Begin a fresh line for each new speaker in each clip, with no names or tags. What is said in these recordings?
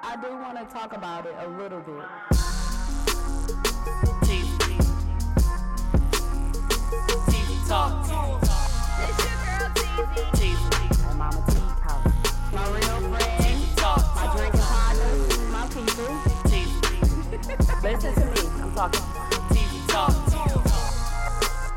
I do want to talk about it a little bit.
TV. TV talk.
It's your girl TZ.
TV
My mama tea talk. My real friends, my
talk.
drinking partners, my people.
TV.
Listen to me. I'm talking
TV talk.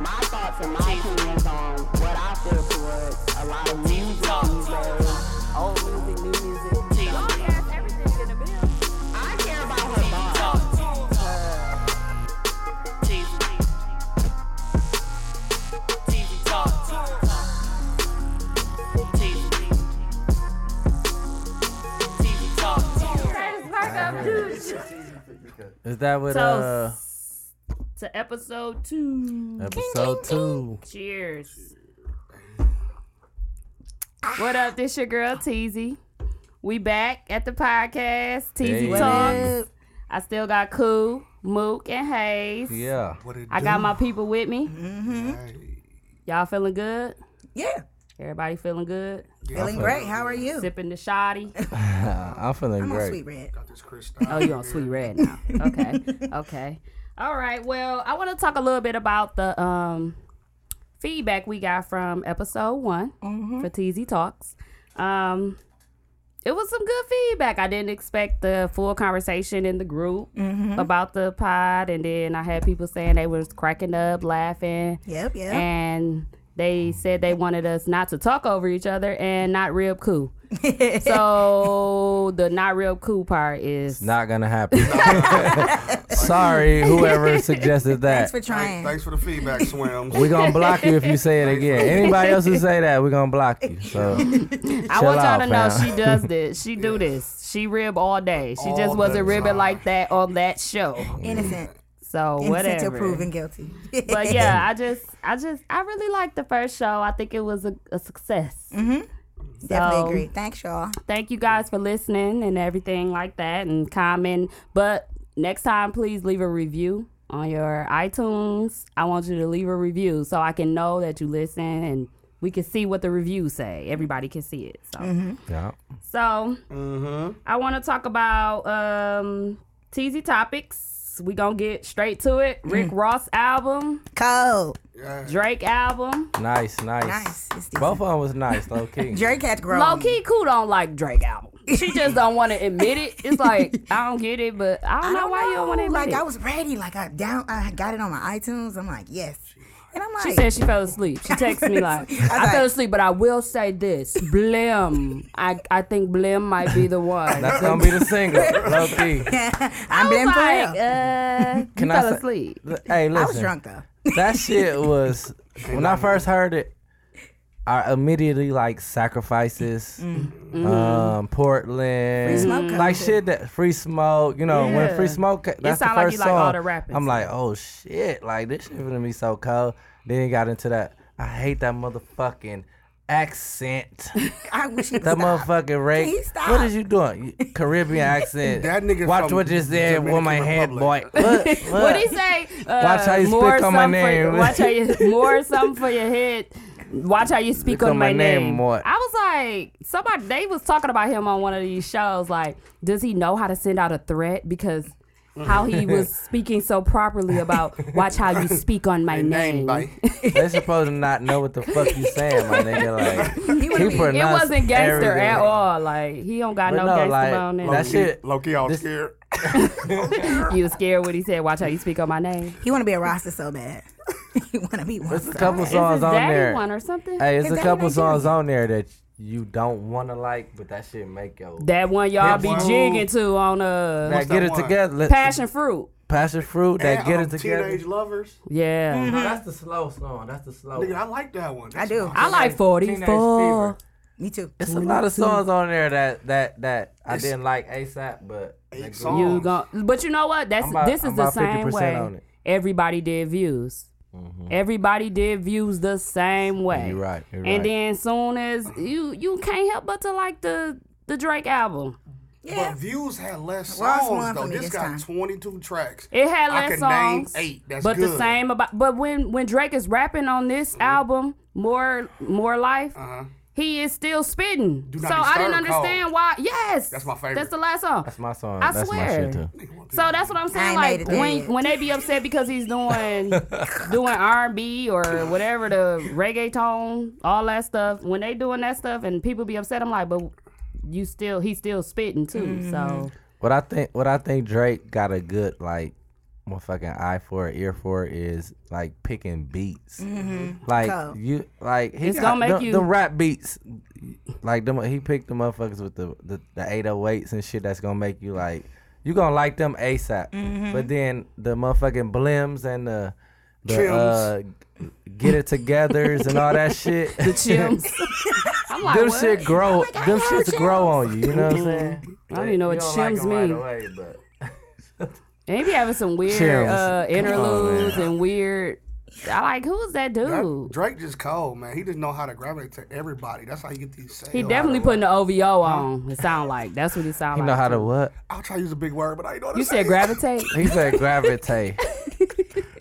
my thoughts and my opinions on what I feel towards a lot of music
TV talk.
these days. Old music, new music.
TV
Long ass everything's in the middle.
I care about
TV
her
talk.
bars. Her-
TV. TV talk. TV. TV talk.
Turn this back up, dude.
Is that what uh
Toast to episode two.
episode two?
Cheers. What up? This your girl Teasy. We back at the podcast. Teasy
Hey.
Talks. I still got Cool, Mook, and Hayes.
Yeah. Mm-hmm.
I got my people with me. Y'all feeling good?
Yeah,
Everybody feeling good?
feeling great. How are you?
Sipping the shoddy.
I'm feeling
I'm on
great.
sweet red.
Oh, you on sweet red now? Okay, okay. All right. Well, I want to talk a little bit about the um, feedback we got from episode one for TZ Talks. Um, it was some good feedback. I didn't expect the full conversation in the group about the pod, and then I had people saying they was cracking up, laughing,
Yep, yep.
and they said they wanted us not to talk over each other and not real cool. so the not real cool part is
Not gonna happen. Sorry, whoever suggested that.
Thanks for trying.
Thanks for the feedback, Swims.
We're gonna block you if you say it again. Anybody else who say that, we're gonna block you. So
I want
Chill
y'all to
out,
know
fam.
she does this. She do this. She rib all day. She just
All
wasn't
the
ribbing
time.
like that on that show.
Innocent.
So
Innocent
whatever.
till proven guilty.
But yeah, I just, I just, I really liked the first show. I think it was a, a success.
Mm.
Definitely
so-
agree. Thanks, y'all.
Thank you guys for listening and everything like that and comment. But next time, please leave a review on your iTunes. I want you to leave a review so I can know that you listen and we can see what the reviews say. Everybody can see it. So.
Mm-hmm.
yeah.
So
Mm-hmm.
I want to talk about um, teasy topics. We gonna get straight to it.
Mm-hmm.
Rick Ross album,
Cold.
Drake album.
Nice, nice.
Nice. It's decent.
Both of them was nice, low key.
Drake had grown.
Low key, Koo don't like Drake album. She just don't want to admit it. It's like I don't get it, but I don't,
I
know why you don't want to admit
Like
it.
I was ready. Like I down. I got it on my iTunes. I'm like yes. And I'm like.
she said she fell asleep. She texted me like,
I was
"I fell
like-
asleep, but I will say this: Blim. I I think Blim might be the one."
That's gonna be the single, low key.
I'm
I was
blamed for
like,
real.
uh, you
Can I
fell
say-
asleep.
Hey, listen.
I was drunk though.
that shit was when I first heard it. I immediately like sacrifices,
Mm.
Mm.
Mm-hmm.
um, Portland,
Free Smoke
like
comes
shit that free smoke. You know
Yeah.
when free smoke. ca- That's the
sound like
first
you like
song.
all the rappers.
I'm like, oh shit, like this shit gonna be so cold. Then it got into that. I hate that motherfucking accent.
I wish he
That
was
motherfucking rape.
Please stop.
What is you doing? You- Caribbean accent.
That nigga
Watch
from
what you said with my
Dominican
head, boy.
Republic.
What?
What he say? Uh,
Watch how you speak
more
on my
something for-
name.
watch how you more something for your head. Watch how you speak
Look
on
on
my,
my
name.
name more.
I was like, somebody they was talking about him on one of these shows. Like, does he know how to send out a threat? Because how he was speaking so properly about watch how you speak on my name.
Name bite.
They supposed to not know what the fuck you saying, my nigga. Like
He would've
he
been-
pronounced
It wasn't gangster
everything.
at all. Like he don't got
But
no,
no,
gangster
like,
on it.
That shit-
Loki, all
this-
scared.
You was scared what he said. Watch how you speak on my name.
He want to be a roster so bad. he want to be one.
There's a
so
couple
bad.
songs
Is
on
daddy
there.
one or something?
Hey, it's
Is
a
that
couple
what I
songs
do?
on there that you don't want to like, but that shit make yo.
that one y'all
That
be
one-
jigging to on uh
That get
that
it
one?
together. Let-
passion fruit.
passion fruit. That
And,
get
um,
it together.
Teenage lovers.
Yeah.
No, that's the slow song. That's the slow.
Nigga, I like that one.
I do.
I like 44.
Fever.
Me too.
It's a lot of songs on there that that that I didn't like ASAP, but
Eight
they grew-
songs.
You gon' but you know what? That's
I'm about-
this is
I'm
the
about
same
50%
way.
on it.
Everybody did views. Everybody did views the same way.
You're right, you're
and
right.
then soon as you you can't help but to like the the Drake album.
But views had less
Ross
songs
won for
though.
me
This
this
got
time.
22 tracks.
It had
I
less
can name
songs,
eight. That's
but the
good.
same about. But when when Drake is rapping on this album, more more life, he is still spitting.
Do
So
Not
I didn't
Disturb called.
understand why. Yes,
That's my favorite.
That's the last song.
That's my song.
I
That's my
swear.
shit too.
So that's what I'm saying.
I ain't
Like
made it
when
dead.
when they be upset because he's doing doing R&B or whatever the reggaeton, all that stuff. When they doing that stuff and people be upset, I'm like, but you still he's still spitting too. So
What I think, what I think Drake got a good like, motherfucking eye for, ear for is like picking beats. Like
Cool.
you, like he
Mm-hmm. It's
got
gonna make
the,
you-
the rap beats. Like them, he picked the motherfuckers with the the, the 808s and shit. That's gonna make you like, you gonna like them ASAP.
Mm-hmm.
But then the motherfucking blims and the the uh, get it togethers and all that shit.
the chimps. I'm like,
Mm-hmm. them
what?
shit grow.
Oh God,
them
I
shits
love
grow on you. You know what I'm saying?
I don't even know what
You don't
chims
like 'em
mean.
Right away, but.
And he be having some weird
Chills.
uh,
Come on,
interludes and weird. I like who's that
That,
dude?
Drake just cold, man. He just know how to gravitate to everybody. That's how you get these sales.
He definitely putting the OVO on. It sound like that's what it sound
You
like.
know how to what?
I'll try to use a big word, but I ain't know what
You
to say.
said gravitate.
He said gravitate.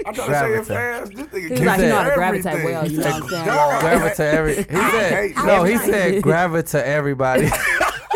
I'm trying to say
gravitate.
it fast. This nigga
He's like, you know how to
everything.
gravitate well. You know what I'm saying?
God.
gravitate every. He said
hate
no. He
you.
said gravitate everybody.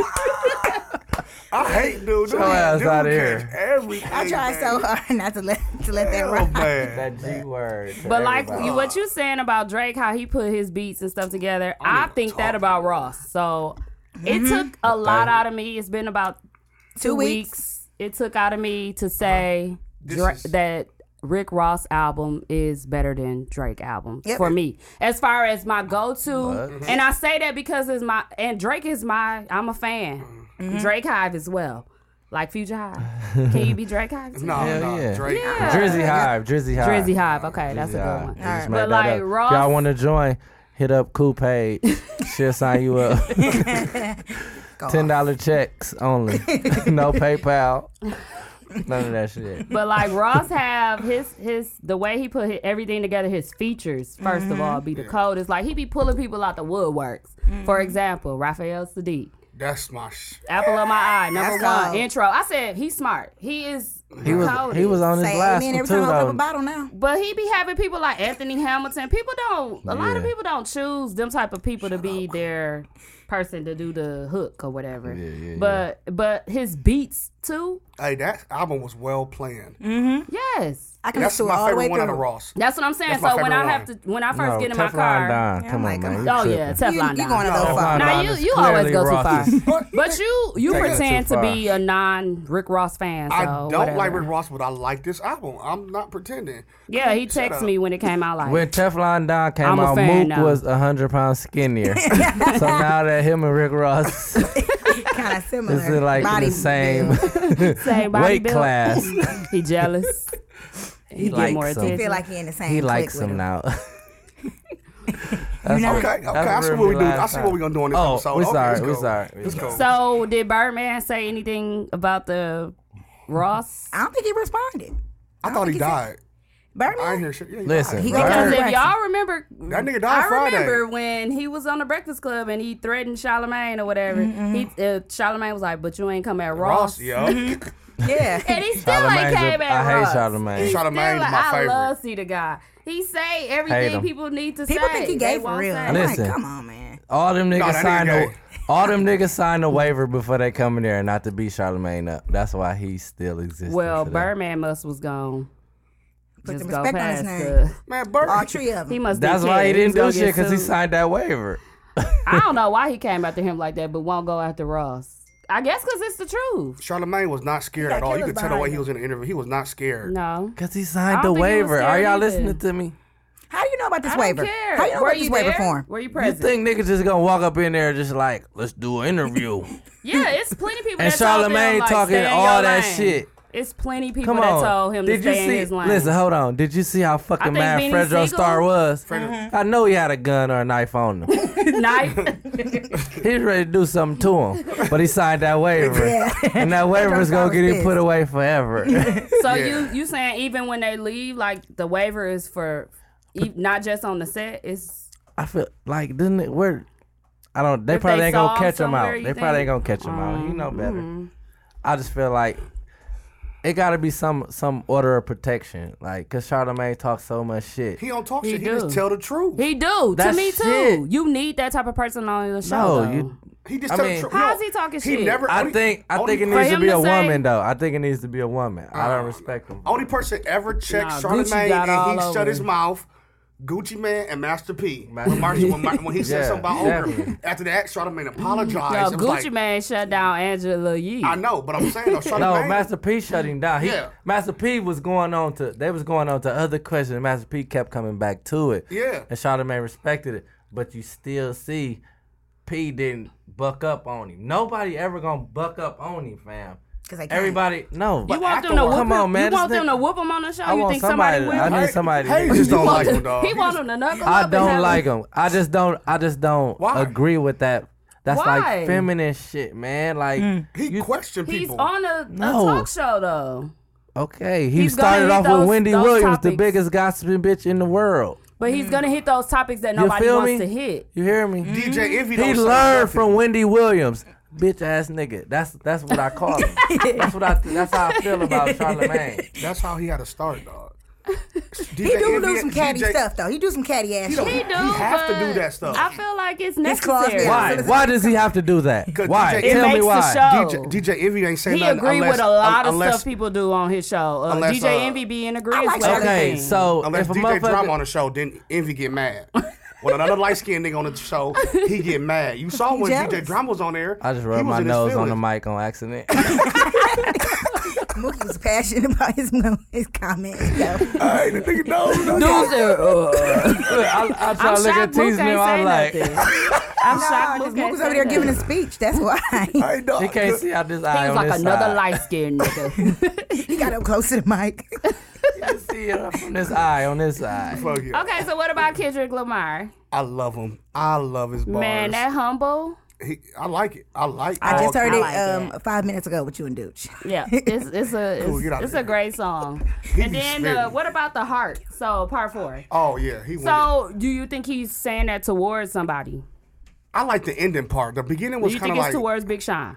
I hate dude. Dude,
Your ass
dude
outta
catch
here.
Everything.
I tried so hard not to let to let that
Hell,
ride.
man.
that G word. to
But like
everybody.
you, what you saying about Drake, how he put his beats and stuff together, I think that about Ross. So it took a lot out of me. It's been about two,
Mm-hmm. Two
weeks.
weeks.
It took out of me to say
Uh-huh. This
Dra-
is-
that Rick Ross album is better than Drake album
Yep.
for me, as far as my go to.
What?
And I say that because it's my and Drake is my. I'm a fan.
Mm-hmm.
Drake Hive as well. Like Future Hive. Can you be Drake Hive? too?
No,
Hell
no,
yeah.
Drake.
Yeah.
Drizzy Hive. Drizzy Hive.
Drizzy Hive. Okay, that's a
Hive.
good one.
They just
Alright.
made
But,
that
like,
up. If
Ross-
y'all want to join? Hit up Cool Page. She'll sign you up. Ten dollar checks only. no PayPal. None of that shit.
But like Ross have his his the way he put hi- everything together, his features 1st of all
Mm-hmm.
be the coldest. Like he be pulling people out the woodworks. For example, Raphael Sadiq,
That's my sh-
Apple of My Eye, number
That's
one
cold.
intro. I said he's smart. He is
He was he was on his
Say
last
amen
one
every
too
time I open up a
though.
bottle now.
But he be having people like Anthony Hamilton. People don't. A lot of
Yeah.
people don't choose them type of people to be their person to do the hook or whatever.
yeah,
but but his beats too.
Hey, that album was well planned.
Yes.
I can
That's
listen to it all
my
the way
favorite one out of
through.
Ross.
That's what I'm saying.
That's my
so when I
favorite
have to,
one.
when I first
No,
get in my
Teflon
car,
Don.
Yeah,
Come
I'm
on,
like,
man.
Oh
You
yeah,
tripping.
Teflon.
You, you
Don.
going a little
Teflon
far.
Now
Don
you
is
you always
clearly
go too far.
Ross's
But you you
Take it
pretend
too
to
far.
be a non Rick Ross fan. So
I don't
whatever.
like Rick Ross, but I like this album. I'm not pretending.
Yeah, he texted
up.
me when it came out. Like
When Teflon Don came
I'm a
out,
fan
Mook
now.
was a hundred pounds skinnier. so now that him and Rick Ross is
kind of similar.
in like in the same
build.
say body
weight
build,
class,
he jealous. He, get
likes
more
him.
attention.
feel like he in the same.
he
clique
likes
with
him now.
Okay, okay. I see
where
what
we
we do. I
last
see
time.
what we're gonna do on this
Oh,
episode.
we
okay,
sorry,
it's
we
cool.
sorry, we
It's cool.
so did Birdman say anything about the Ross?
I don't think he responded.
I thought
think
he
he said-
died. I ain't
Birdman.
hear shit. Yeah, he
Listen,
died.
He
Bird-
gonna
Because
Bird-
if y'all remember,
that nigga died
I
Friday.
remember when he was on the Breakfast Club and he threatened Charlemagne or whatever. He uh, Charlemagne was like, "But you ain't come at
Ross,
Ross."
yo.
Yeah.
And he still ain't
Charlemagne's a-
came at
I hate
Ross.
Charlemagne.
He
Charlemagne
still
is
like,
my
I
favorite.
love see the guy. He say
Hate
everything
him.
people need to say.
People think he
They
gay for
won't
real. I'm
say.
Listen.
like, come on, man.
all them niggas
that nigga
signed a,
gay.
all them niggas signed a waiver before they come in there, and not to beat Charlemagne up. That's why he still exists.
Well,
today.
Birdman must was gone.
Put
Just
some
go
respect on his
past
name.
the,
Man, Bert.
All three of
He
them.
must.
That's
didn't
why
care.
he didn't
was
do
gonna
shit
get
because he
sued.
signed that waiver.
I don't know why he came after him like that, but won't go after Ross. I guess because it's the truth.
Charlemagne was not scared at all. You
killers
could tell the way
behind
he was in the interview. He was not scared.
No.
Cause he
I
signed
don't
the
think he was
waiver. Are
scared
y'all
either.
listening to me?
How do you know about this
I
waiver?
don't care.
How do you know
Were
about this
you
waiver
there?
form?
Were you
You
present?
think niggas just gonna walk up in there just like, let's do an interview?
yeah, it's plenty of people.
And
that told him,
Charlemagne
like,
talking
stay in
all
your
that
lane.
shit.
It's plenty of people
Come
that
on.
told him
Did
to
you
stay
see?
in his lane.
Listen, hold on. Did you see how fucking
think
mad
Beanie
Fredro
Siegel- Uh-huh.
Star was? I know he had a gun or a knife on him.
Knife.
he was ready to do something to him, but he signed that waiver, and that waiver is gonna
Star was
get him
pissed.
put away forever.
So
Yeah.
you you saying even when they leave, like the waiver is for e- not just on the set. It's
I feel like didn't it, where I don't. They
If
probably
they
ain't
saw
gonna
him
catch him
somewhere, Mm-hmm.
out. They
you
probably ain't
think?
gonna catch him out. You know better. I just feel like it gotta be some some order of protection, like cause Charlamagne talks so much shit.
He don't talk
He
shit. He just
do.
tell the truth. He,
He do to
That's
me too.
shit.
You need that type of person on your show.
No, you.
though.
just
I
tell
mean-
the truth.
How's
No,
he talking
he
shit?
Never,
I
only-
think I
only
think it
per-
needs to
him
be
to
a
say-
woman though. I think it needs to be a woman. I don't respect him.
Only person ever checked
Nah, Gucci
Charlamagne
got all
and he
over
shut his
him.
mouth. Gucci Man and Master P.
Master
When, Mar-
P.
when, Mar- when he said
Yeah,
something about
definitely.
Oprah, after that, Charlamagne
No,
apologized. It
Gucci
was like,
Man shut down Angela Yee.
I know, but I'm saying though, Charlamagne.
No, Master P shut him down. He,
Yeah.
Master P was going on to they was going on to other questions. Master P kept coming back to it.
Yeah.
And Charlamagne respected it. But you still see P didn't buck up on him. Nobody ever gonna buck up on him, fam.
'Cause they can't.
Everybody no.
You want them to
afterwards-
whoop him?
Come on, man.
you
this
want them
nigga-
to whoop him on the show?
I
you
want
think
somebody.
somebody, will?
I need somebody.
Hey,
to-
you just don't like him,
want
dog.
He want him to knuckle up.
I
and
don't
have
like him. I just don't. I just don't
Why?
agree with that. That's
Why? Hmm.
like feminine shit, man. Like
He
you-
questioned
He's
people.
on a,
No.
a talk show though,
Okay, he
He's
started
gonna
off
hit
with
those-
Wendy
those
Williams, the
topics.
biggest gossiping bitch in the world.
but he's gonna hit those topics that nobody
Mm. feel
wants
me?
to hit.
You hear me?
DJ Envy.
He
Mm-hmm. don't say
learned
nothing.
from Wendy Williams, bitch ass nigga. That's that's what I call him. that's what I. That's how I feel about Charlamagne.
That's how he had to start, dog. DJ
He do
Envy-
do some catty
DJ
stuff though. He do some catty ass
He
shit.
don't-
He do.
have to
but
do that stuff.
I feel like it's
claws
necessary.
down.
Why? Why does he have to do that?
'Cause
Why?
DJ
Tell me
makes the
why.
show.
DJ, DJ Envy ain't saying
He
nothing
agree
unless,
with a lot of
unless,
stuff people do on his show. Uh,
unless,
DJ
uh,
Envy being agrees
like
with
Charlamagne.
Okay,
everything.
so
Unless
if a
DJ
motherfucker,
Drama on the show, then Envy get mad. when another light skinned nigga on the show, he get mad. You saw when
jealous.
DJ Drama was on there.
I just
he
rubbed
was
my
in his
nose on the
feelings.
mic on accident.
Mookie was passionate about his his comment. yo.
Hey, the nigga knows. no.
Dudes are, uh,
I, I try
I'm
to look
shocked
at
Mook ain't
Tease
say
and I'm like,
nothing. I'm shocked
Nah,
Mook
Mook
ain't
was
say
over there
nothing.
giving a speech. That's why
Hey, dog.
he can't see out this eye
He was
on
like
this
another
side.
light skinned nigga.
he got up close to the mic.
see it from this eye on this side. Oh,
Fuck yeah.
okay, so what about Kendrick Lamar?
I love him. I love his bars.
Man, that humble.
he, I like it. I like.
I just heard
I
it
Oh, like
um, five minutes ago with you and Dooch.
Yeah, it's it's a it's,
Cool, get out of
it's
here.
a great song. And
be
then uh,
spitting.
what about the heart? So part four.
Oh yeah, he. So
So do you think he's saying that towards somebody?
I like the ending part. The beginning
Do
was
you
kind
think
of
it's
like
towards Big Sean?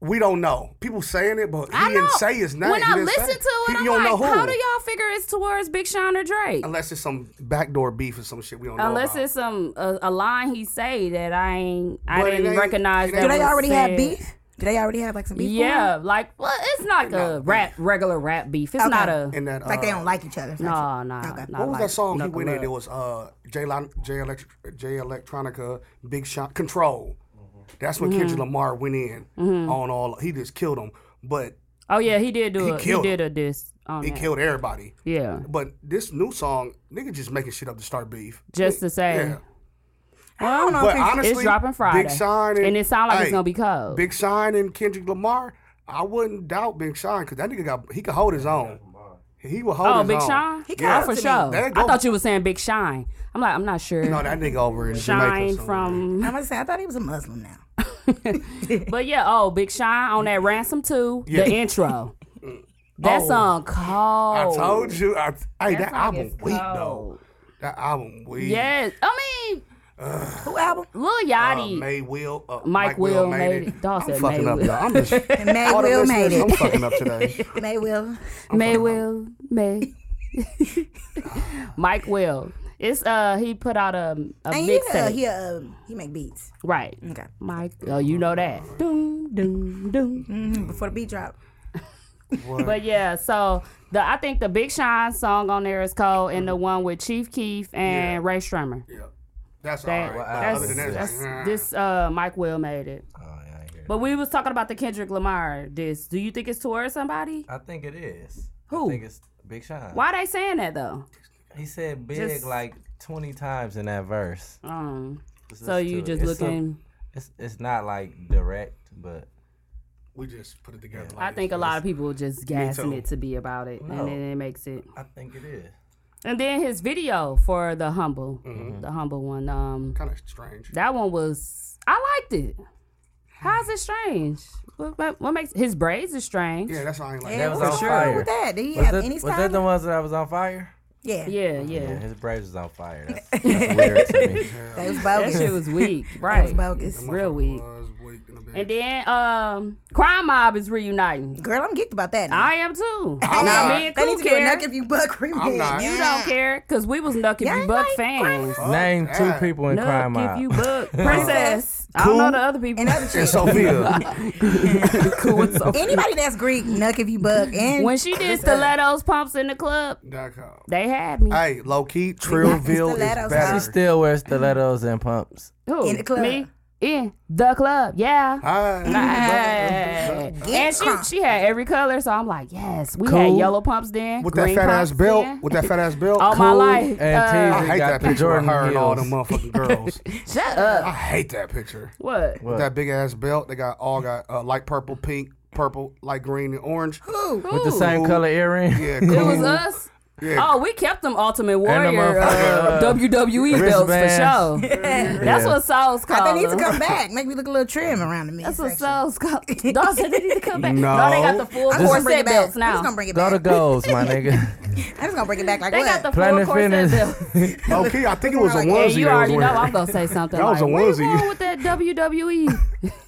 we don't know. People saying it, but he
I know.
didn't say his name.
When
He
I
didn't say
listen to
it,
it,
He-
I'm
you don't
like,
know who.
how do y'all figure it's towards Big Sean or Drake?
Unless it's some backdoor beef or some shit we don't know.
Unless
about.
it's some a, a line he say that I ain't I
But it
didn't
ain't-
recognize.
it
that
Do they
was
already have
said.
beef? Do they already have like some beef? going
Yeah,
on?
like well, it's not a rap regular rap beef. It's
Okay.
not a oh,
in that
Like they
uh,
don't like each other.
no no. Okay.
What was that song he went in? It was uh J Lon- J, Elect- J Electronica, Big Shot, Control.
Mm-hmm.
That's when Kendrick Lamar went in on all. He just killed him, but
Oh yeah, he did do
He
a he
killed
did a diss on
he
that.
killed everybody.
Yeah,
But this new song, nigga, just making shit up to start beef.
just to say.
Yeah,
I don't know
but
if it's-
honestly,
it's dropping Friday.
Big Sean and,
and it sounds like
Hey,
it's gonna be cold.
Big Sean and Kendrick Lamar. I wouldn't doubt Big Sean because that nigga got he could hold his own. He will hold
oh,
his
Big
own.
Sean?
Yeah.
Oh, for
There
sure.
you
I
go.
thought you were saying Big Shine. I'm like, I'm not sure.
No, that nigga over in Jamaica.
Shine
somewhere.
from,
I'm gonna say I thought he was a Muslim now.
but yeah, oh, Big Shine on that Ransom 2,
Yeah.
the intro. That
Oh.
song cold.
I told you. I, hey,
Oh.
that,
song
album
is
weak
cold.
though. That album weak.
Yes. I mean,
Who album?
Lil
Uh,
Yachty.
May Will. Uh,
Mike Will made it. Dawg
I'm
said
fucking
May
up,
Will.
y'all. I'm just.
May
all the
Will
listeners,
made it.
I'm fucking up today.
May Will.
May will May. Mike will. It's uh he put out a a
And he, uh,
mixtape.
he, uh, he make beats.
right.
Okay.
Mike, oh you know that. Doom doom doom.
Mm-hmm. Before the beat drop.
But yeah, so the I think the Big Shine song on there is cold, and the one with Chief Keef and Ray Shremmer.
Yeah. That's
That,
all right.
that's,
Other than that, it's
that's-
like,
this uh Mike Will made it. But we was talking about the Kendrick Lamar. This do you think it's towards somebody?
I think it is.
Who?
I think it's Big Sean.
Why they saying that though?
He said big
Just-
like 20 times in that verse.
Um,
Just
so
listen
you
to it.
just
It's some-
looking.
It's it's not like direct, but
we just put it together.
I think a lot of people just gassing
too.
it to be about it,
No.
and then it makes it.
I think it is.
And then his video for the humble, the humble one. Um,
Kind of strange.
that one was I liked it. How's it strange? What, what, what makes his braids are strange?
Yeah, that's all I ain't like.
Yeah,
that.
was
what
on
was
fire.
wrong with that? Did he
Was
have
that,
any
was that
style?
the ones that was on fire?
yeah.
yeah, yeah.
His braids was on fire. That's, that's weird to me.
That was
That
bogus.
shit was weak,
That was
right?
bogus.
Real weak.
Was week in the bed.
And then um, Crime Mob is reuniting.
Girl, I'm geeked about that.
I am too.
Oh,
I'm
now
not.
me and
that
Cool
needs to be a
care.
Nuck if you buck remix.
I'm not.
You don't care because we was Nuck if
Yeah,
you
I
buck
like
fans.
Fuck
Name two
that.
people in
Nuck
crime mob.
if you buck princess. I don't
Cool.
know the other people.
And other
And
shit.
Sophia,
cool. and so-
Anybody that's Greek, Nuck if you buck. And
when she did stilettos pumps in the club,
dot com.
they had me.
Hey, low key, Trillville
Stilettos
is
she
out.
better.
still wears stilettos and pumps.
Who?
in the club.
Me? In the club. Yeah.
Hi.
Hey. And she,
crunk.
she had every color, so I'm like, yes, we had
Cool.
yellow pumps then,
With that
green
fat ass
pumps
belt,
then.
with that fat ass belt.
all my
Cool.
life.
And
Uh,
I
Teezy
hate
got
that
the
picture
Jordan
of her and all
heels.
them motherfucking girls.
shut up.
I hate that picture.
What?
What?
With that big ass belt, they got all got uh, light purple, pink, purple, light green, and orange.
With the same
Cool.
color earring.
Yeah,
It
cool.
was us.
Yeah.
Oh, we kept them Ultimate Warrior
motherfucker,
uh,
uh,
WWE belts for
wristbands.
sure. That's what Souls called
They need to
them.
come back. Make me look a little trim around the
That's
midsection.
what Souls called. Dawson, they need to come back.
No.
they got the full
I'm just gonna bring
corset
it back.
belts
I'm just gonna
now.
bring it
Go to
back.
goals, my nigga.
I'm just gonna bring it back like
They
what?
got the full
Planet
corset
Fitness.
belts.
Okay, I think it was a
And
onesie.
you
that was
already know
wearing.
I'm gonna say something.
That was
like,
a
Where you
onesie."
going with that E?" WWE?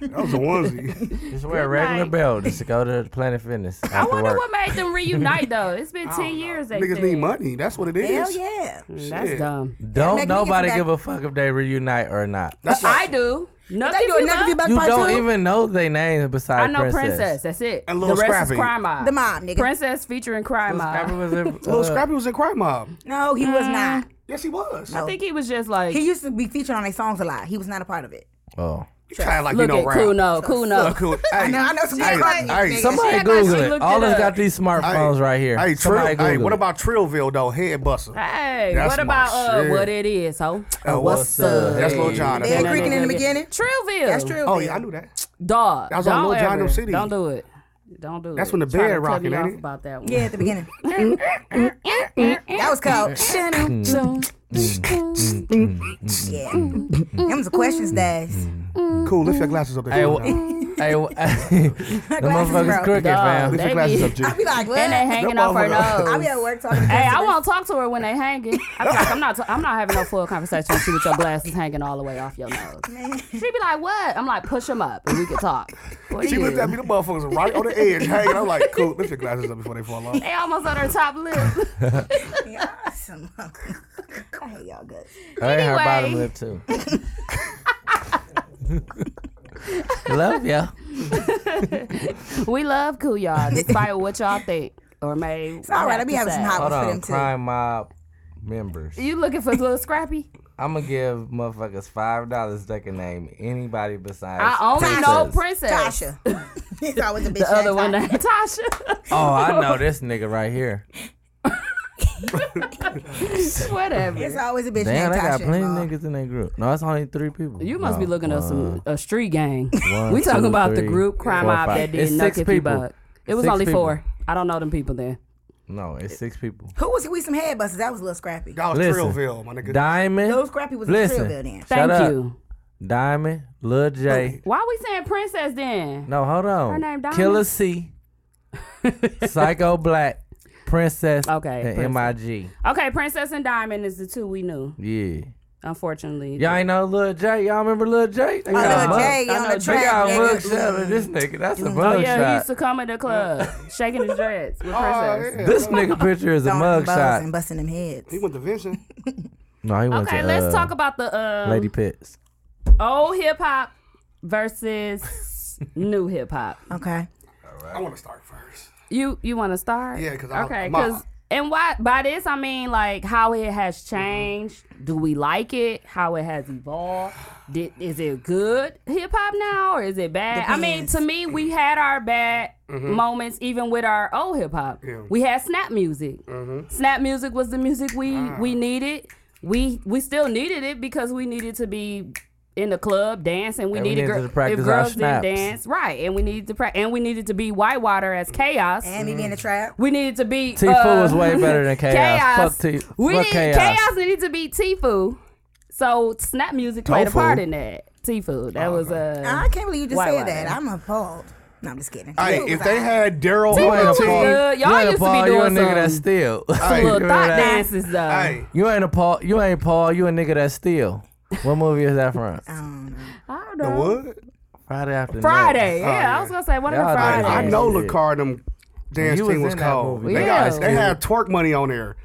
That was a onesie.
Just wear a regular
night.
belt. Just go to Planet Fitness
I
after
wonder
work.
what made them reunite though. It's been ten years. They
Niggas
said.
need money. That's what it is.
Hell yeah.
That's
Shit.
dumb.
Don't
Make me get
nobody
back.
give a fuck if they reunite or not.
That's
But I
right.
do. Nothing.
They
if you
doing Nuck if you
love.
buck
You
part
don't
two?
even know their names
I
besides
know princess.
Princess.
That's it.
And
the
Lil
rest is
Scrappy.
crime mob.
The mob, nigga.
Princess featuring crime mob.
Scrappy was in-
Little
uh,
Scrappy was in Crime Mob.
No, he was
Mm.
not.
Yes, he was.
I think he was just like.
He used to be featured on their songs a lot. He was not a part of it.
Oh.
He tried like
Look
you know
at
rap.
Kuno. Kuno.
Look, cool. Hey,
I know, I know some
hey,
Craig
hey,
niggas.
somebody-
Somebody
act like she
Google it.
looked
All
it
of us
up.
got these smartphones
hey,
right here.
Hey,
Somebody
Trill, hey,
Google
what
it.
about Trillville though? Head busser.
Hey,
That's
what
my
about uh,
shit.
what it is, ho?
Oh,
what's up?
That's Lil Jon.
They had
That's-
creaking in the beginning.
Trillville.
That's true.
Oh
babe.
yeah, I knew that.
Dog.
That was on
don't
Lil Jon
ever-
them CD.
Don't do it. Don't do it.
That's when the
Try to
bed
cut
rocking,
me
ain't
off
it?
About that one.
Yeah, at the beginning.
Mm,
that was Mm, called. mm, yeah.
Mm,
Them was the questions days.
Cool. Lift your glasses up. There.
Hey,
Cool,
wh-
John.
hey, wh- the motherfucker's
broke.
crooked,
Dog,
fam.
Lift your
they
glasses
be-
up, G.
I be like, what?
and they hanging off her
motherfucker-
I
nose.
be at work talking. to
Hey, I
customers.
won't talk to her when they hanging. I be like, I'm not, I'm not having no full conversation with you with your glasses hanging all the way off your nose. She be like, "What?" I'm like, "Push them up and we can talk." What
She
you?
looked at me. The motherfuckers were right on the edge, hanging. I'm like, cool. Lift your glasses up before they fall off.
They almost on her top lip.
Yeah, some- Go ahead, y'all good.
I ain't her bottom
Anyway.
lip, too. Love ya.
we love cool y'all, despite what y'all think or may. It's
all right, I be having some hot
Hold
ones for
on.
them too.
Crime Mob members.
You looking for little Scrappy?
I'm gonna give motherfuckers five dollars. They can name anybody besides.
I only know Princess.
Tasha. it's always a bitch.
The other
named
one,
Tasha.
named Tasha.
Oh, I know this nigga right here.
It's
Whatever.
always a bitch
Damn,
named
they
Tasha.
got plenty
involved.
niggas in that group. No, it's only three people.
You must be
No,
looking at
one,
some a street gang.
Oh, one,
we talking
two,
about the
three,
group crime
four,
mob
five.
that did
It's
Nuck
six
if you
people.
buck. It was
Six
only
people.
four. I don't know them people then.
No, it's six people.
Who was we some head busters? That was a little scrappy.
That was
Listen,
Trillville, my nigga.
Diamond.
Those scrappy was
Listen.
in Trillville then.
Shut
Thank
up.
you.
Diamond, Lil J.
Why we saying princess then?
No, hold on.
Her name Diamond?
Killer C. Psycho Black. Princess.
Okay,
And MIG.
Okay, princess and diamond is the two we knew.
Yeah.
Unfortunately,
Y'all ain't know Lil J. Y'all remember Lil J? They got
Lil
mug-
J on
I
the
know J
track,
got a
nigga.
mug shot of this nigga. That's a
Oh yeah,
mug
he used
shot.
to come in the club shaking his dreads
Oh,
Oh,
with princess.
This nigga picture is a mug shot.
and busting them heads.
He went to Vincent.
No, he went
okay,
to,
let's
uh,
talk about the um,
Lady Pitts.
old hip hop versus new hip hop.
Okay.
I want to start first.
You you want to start?
Yeah, 'cause I-
okay,
my-
because and why by this I mean like how it has
Mm-hmm.
changed. Do we like it? How it has evolved? Did is it good hip hop now or is it bad? I mean,
Depends.
to me, we had our bad
Mm-hmm.
moments even with our old hip hop. We had snap music.
Mm-hmm.
Snap music was the music we
Ah.
we needed. We we still needed it because we needed to be in the club dancing. We
And we
needed,
needed
girl-
to practice
if
our
girls didn't
snaps.
dance, right? And we needed to practice, and we needed to be Whitewater as chaos.
And me being
Mm.
a trap.
We needed to be
Tfue was way better than Chaos. Fuck T-
We
fuck
need,
Chaos.
chaos. needed to be Tfue. So Snap Music played a
Tofu.
part in that. Tfue. That was uh,
I can't believe you just
Why,
said
why,
that.
why?
I'm appalled. No, I'm just kidding.
Hey, if they had Daryl
Tillman
Hunter,
was good.
team,
Y'all
you
used
ain't a
to be
Paul, you a
doing
nigga that
some-
steal.
little
you
Hey,
thought
remember that?
dances though.
hey,
You ain't a Paul. You ain't Paul. You a nigga that steal. What movie is that from?
I don't know.
I don't
the
know.
wood.
Friday after
Friday.
Next.
yeah, I was gonna say one of
Y'all
the
like-
Fridays.
I
Yeah.
know Lucar them dance
You
team
was
was
in that
cold.
movie.
They,
Yeah.
got, they had twerk money on there.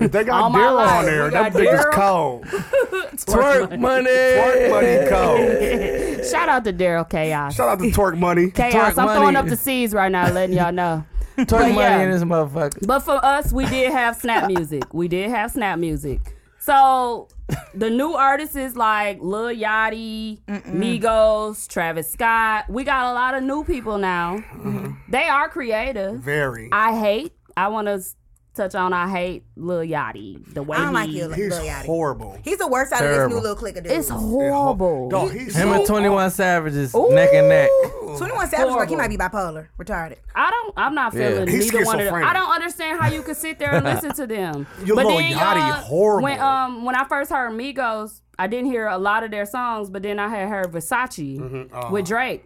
If they got
All my
Daryl
life,
on there,
we
that
got
bitch was
Daryl.
cold.
Twerk money.
Twerk money cold.
Shout out to Daryl Chaos.
Shout out to Twerk Money.
Chaos.
Twerk
I'm throwing
money.
up the seeds right now, letting y'all know.
Twerk money
yeah.
in this motherfucker.
But for us, we did have snap music. We did have snap music. So the new artists is like Lil Yachty, Migos, Travis Scott. We got a lot of new people now.
Uh-huh.
They are creative.
Very.
I hate. I want to touch on. I hate Lil Yachty. The way
I don't like
he-
you, Lil
He's
Yachty.
horrible.
He's the worst out of this
Terrible.
new little clique of dudes.
It's horrible.
Dog, he's
Him and
so-
21 Savages neck and neck.
Twenty One Savage like he
Horrible.
might be bipolar, retarded.
I don't. I'm not
Yeah.
feeling
He's
neither one of them.
schizophrenic.
I don't understand how you could sit there and listen to them.
Your
but
little
then
yachty
y'all-
horrible.
When um when I first heard Migos, I didn't hear a lot of their songs, but then I had heard Versace
Mm-hmm. Uh-huh.
with Drake,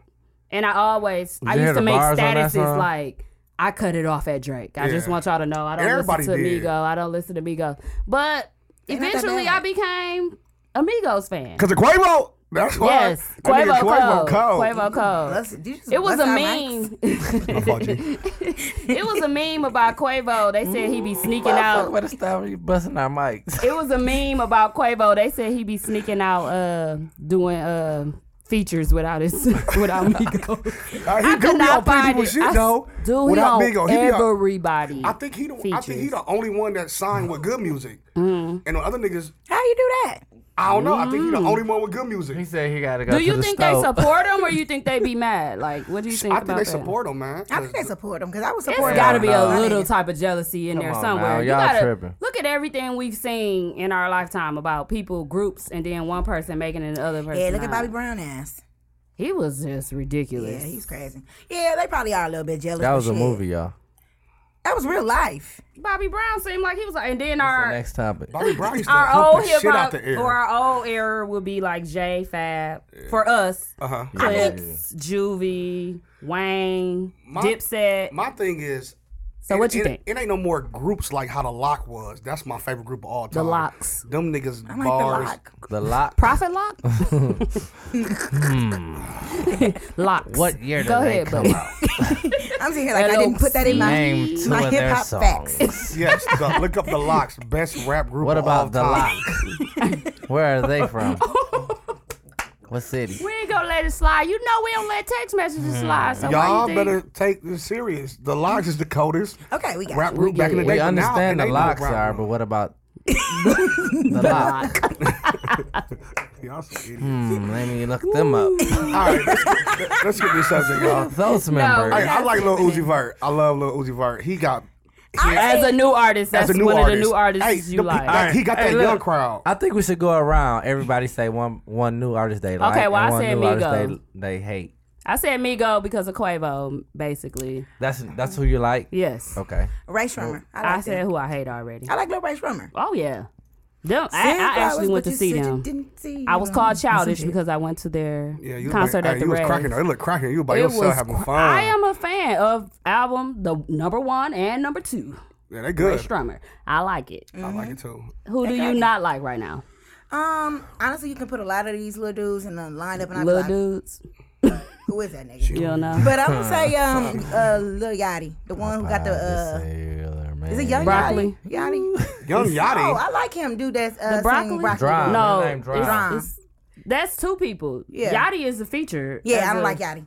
and I always I
you hear
used to
the
make
bars on that
statuses
song?
like. I cut it off at Drake. I just
Yeah.
want y'all to know I don't
Everybody
listen to
did.
Migos. I don't listen to Migos. But
not that
eventually I
bad.
became a Migos fan.
Cause of Quavo. That's why.
Yes.
That nigga
Quavo Code.
cold.
Quavo Code.
Let's- you just-
It was
let's
a
not
meme.
I fought you.
It was a meme about Quavo. They said he be sneaking
Motherfucker,
out.
better stop you busting our mics.
It was a meme about Quavo. They said he be sneaking out, uh, doing uh, features without his without Migos.
Uh, he
I could
do be on
not find
people
it.
shit
I,
though.
s- dude, he
Without
on
Migos, he be on-
everybody.
I think he. The, I think he
features. Mm.
the only one that signed with good music. And the other niggas,
How you do that?
I don't know. I think he the only one with good
He
music.
said he gotta go
Do
to
you
the
think they
stove.
support him or you think they be mad? Like, what do you think
I
about
think they
that?
support him, man.
I think they support him because I was
It's
supporting.
got to be a
him.
little type of jealousy in there
on
somewhere.
now,
you
y'all
gotta
tripping.
look at everything we've seen in our lifetime about people, groups, and then one person making it, and the other person.
Yeah, look at
not.
Bobby Brown ass.
He was just
Yeah,
ridiculous.
he's crazy. Yeah, they probably are a little bit jealous.
That
but
was a
shit.
movie, y'all.
That was real life.
Bobby Brown seemed like he was like, and then
The
our
next topic.
Bobby Brown used to
our
hump
old
the
hip
shit out
hop
the air.
or our old era would be like J Fab for us,
uh-huh.
Clips, Juvie, Wayne,
My-
Dipset.
My thing is.
So what you
it,
think?
It, ain't no more groups like how the Lock was. That's my favorite group of all time.
Locks.
Them niggas
I'm like the
bars.
lock.
The lock.
Profit Lock? Hmm. Locks.
What year did
Go
they
ahead,
come
buddy.
out?
I'm sitting here like I didn't put that in my
Name two
my
of
hip
their
hop facts.
songs.
Yes, the, look up the Locks, best rap group.
What
of all
about the
time.
lock? Where are they from? what city?
We ain't gonna let it slide. You know we don't let text messages
Hmm.
slide. So
Y'all
why you
better
think? Oh,
take this serious. The Locks is the coldest
Okay, we got
rap
you.
group back in the
We
day. but now it
understand the
ain't no
locks
rap
are, but
group.
what about the lock?
Y'all some idiots.
Hmm, let me look them up.
All right, let's get, let's get this subject, y'all.
Those members.
Hey, I like Lil Uzi Vert. I love Lil Uzi Vert. He got
As a new artist,
as
that's
a new
one
artist.
of the new artists
Hey,
you
the-
like.
that- He got
Hey,
that
look.
young crowd.
I think we should go around. Everybody say one one new artist they like.
Okay, well,
and
I
one
said
new
Migos.
artist they, they hate.
I said Migo because of Quavo, basically.
That's that's who you like.
Yes.
Oh.
Okay.
Ray Shrummer. I, like
I said who I hate already.
I like Lil Ray Shrummer.
Oh yeah, them. I, I
Sunflowers,
actually went
but
to
you
see
said you
them.
didn't see
I was
them.
called
That's some
childish
shit.
because I went to their
Yeah, you
concert
was,
at
hey,
the
you was
Red.
cracking. It looked cracking. You by yourself having
cr-
fun.
I am a fan of album the number one and number two.
yeah, they
Ray
good.
Strummer. I like it.
Mm,
I like it too.
Who do you not like right now?
Um, honestly, you can put a lot of these little dudes in the lineup, and I'm
Little
like,
dudes.
who is that nigga?
You don't know.
But uh, I'm gonna say, um, uh, Lil Yachty, the one who got the uh, is it Young
Broccoli.
Yachty? Yachty.
Young
Oh,
Yachty.
I like him, dude. That's uh,
The broccoli?
singing broccoli.
Drum.
Girl.
No,
His name
it's-
Drum.
it's- that's two people.
Yeah.
Yachty is the feature.
Yeah,
as
I don't
a-
like Yachty.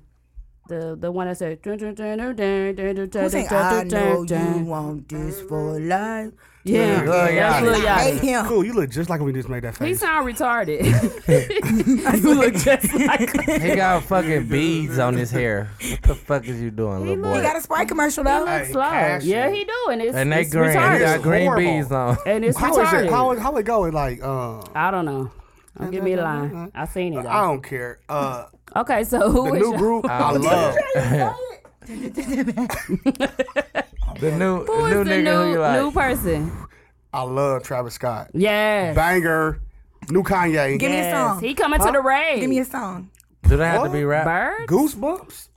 The the one that said. Dun, dun, dun, dun, dun, dun, dun,
Who
dun,
sing, I
dun,
know
dun,
you
dun.
want this for life.
Yeah,
Lil
that's
Yachty.
Lil
I
Yachty.
hate him.
Cool. You look just like when we just made that
He
face.
sound retarded. you look just like
He got fucking beads on his hair. What the fuck is you doing, little
He
boy?
got a Sprite commercial though.
Hey,
slow.
cash
Yeah,
it.
he do, and it's,
and they
it's
green. He
retarded.
got
It's
green
horrible.
bees on.
and it's
How is
retarded.
it? How how it going? Like, uh,
I don't know. Don't give me a line. I seen it.
I
Though.
don't care. Uh,
Okay, so who
the
is
new
your-
group I love.
The new,
who is
new
the
nigga who
new
you like.
new person?
I love Travis Scott.
Yes.
Banger. New Kanye.
Give me a
Yes.
song.
He coming to the rave.
Give me a song.
Do they have to be
What?
rap?
bird.
Goosebumps.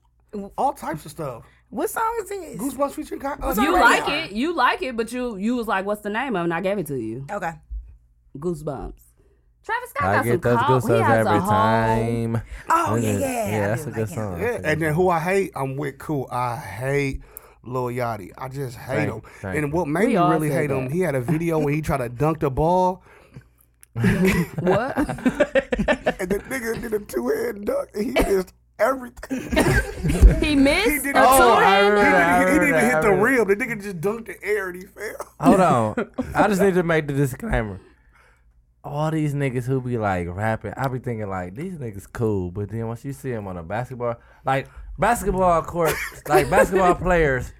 All types of stuff.
What song is this?
Goosebumps featuring Kanye. Uh,
You
on
like
radar.
it. You like it, but you you was like, what's the name of? it? And I gave it to you.
Okay.
Goosebumps. Travis Scott
I
got some
get those good
call- He
songs
has
every
a whole.
time.
Oh,
Look
yeah,
at-
yeah. I
Yeah, that's
do
a good
like him.
song.
Yeah, and then who I hate, I'm with Cool. I hate Lil Yachty. I just hate
Thank-
him.
thank
and
you.
what made
We
me
all
really
say
hate him,
that.
he had a video when he tried to dunk the ball,
What?
and the nigga did a two hand dunk, and he missed everything.
He missed
He did
a
it all.
two-hander?
He didn't,
I
he didn't
remember
even
that, I
hit the
remember
rim. The nigga just dunked the air and he fell.
Hold on. I just need to make the disclaimer. All these niggas who be like rapping, I be thinking like these niggas cool, but then once you see them on a basketball, like basketball court, like basketball players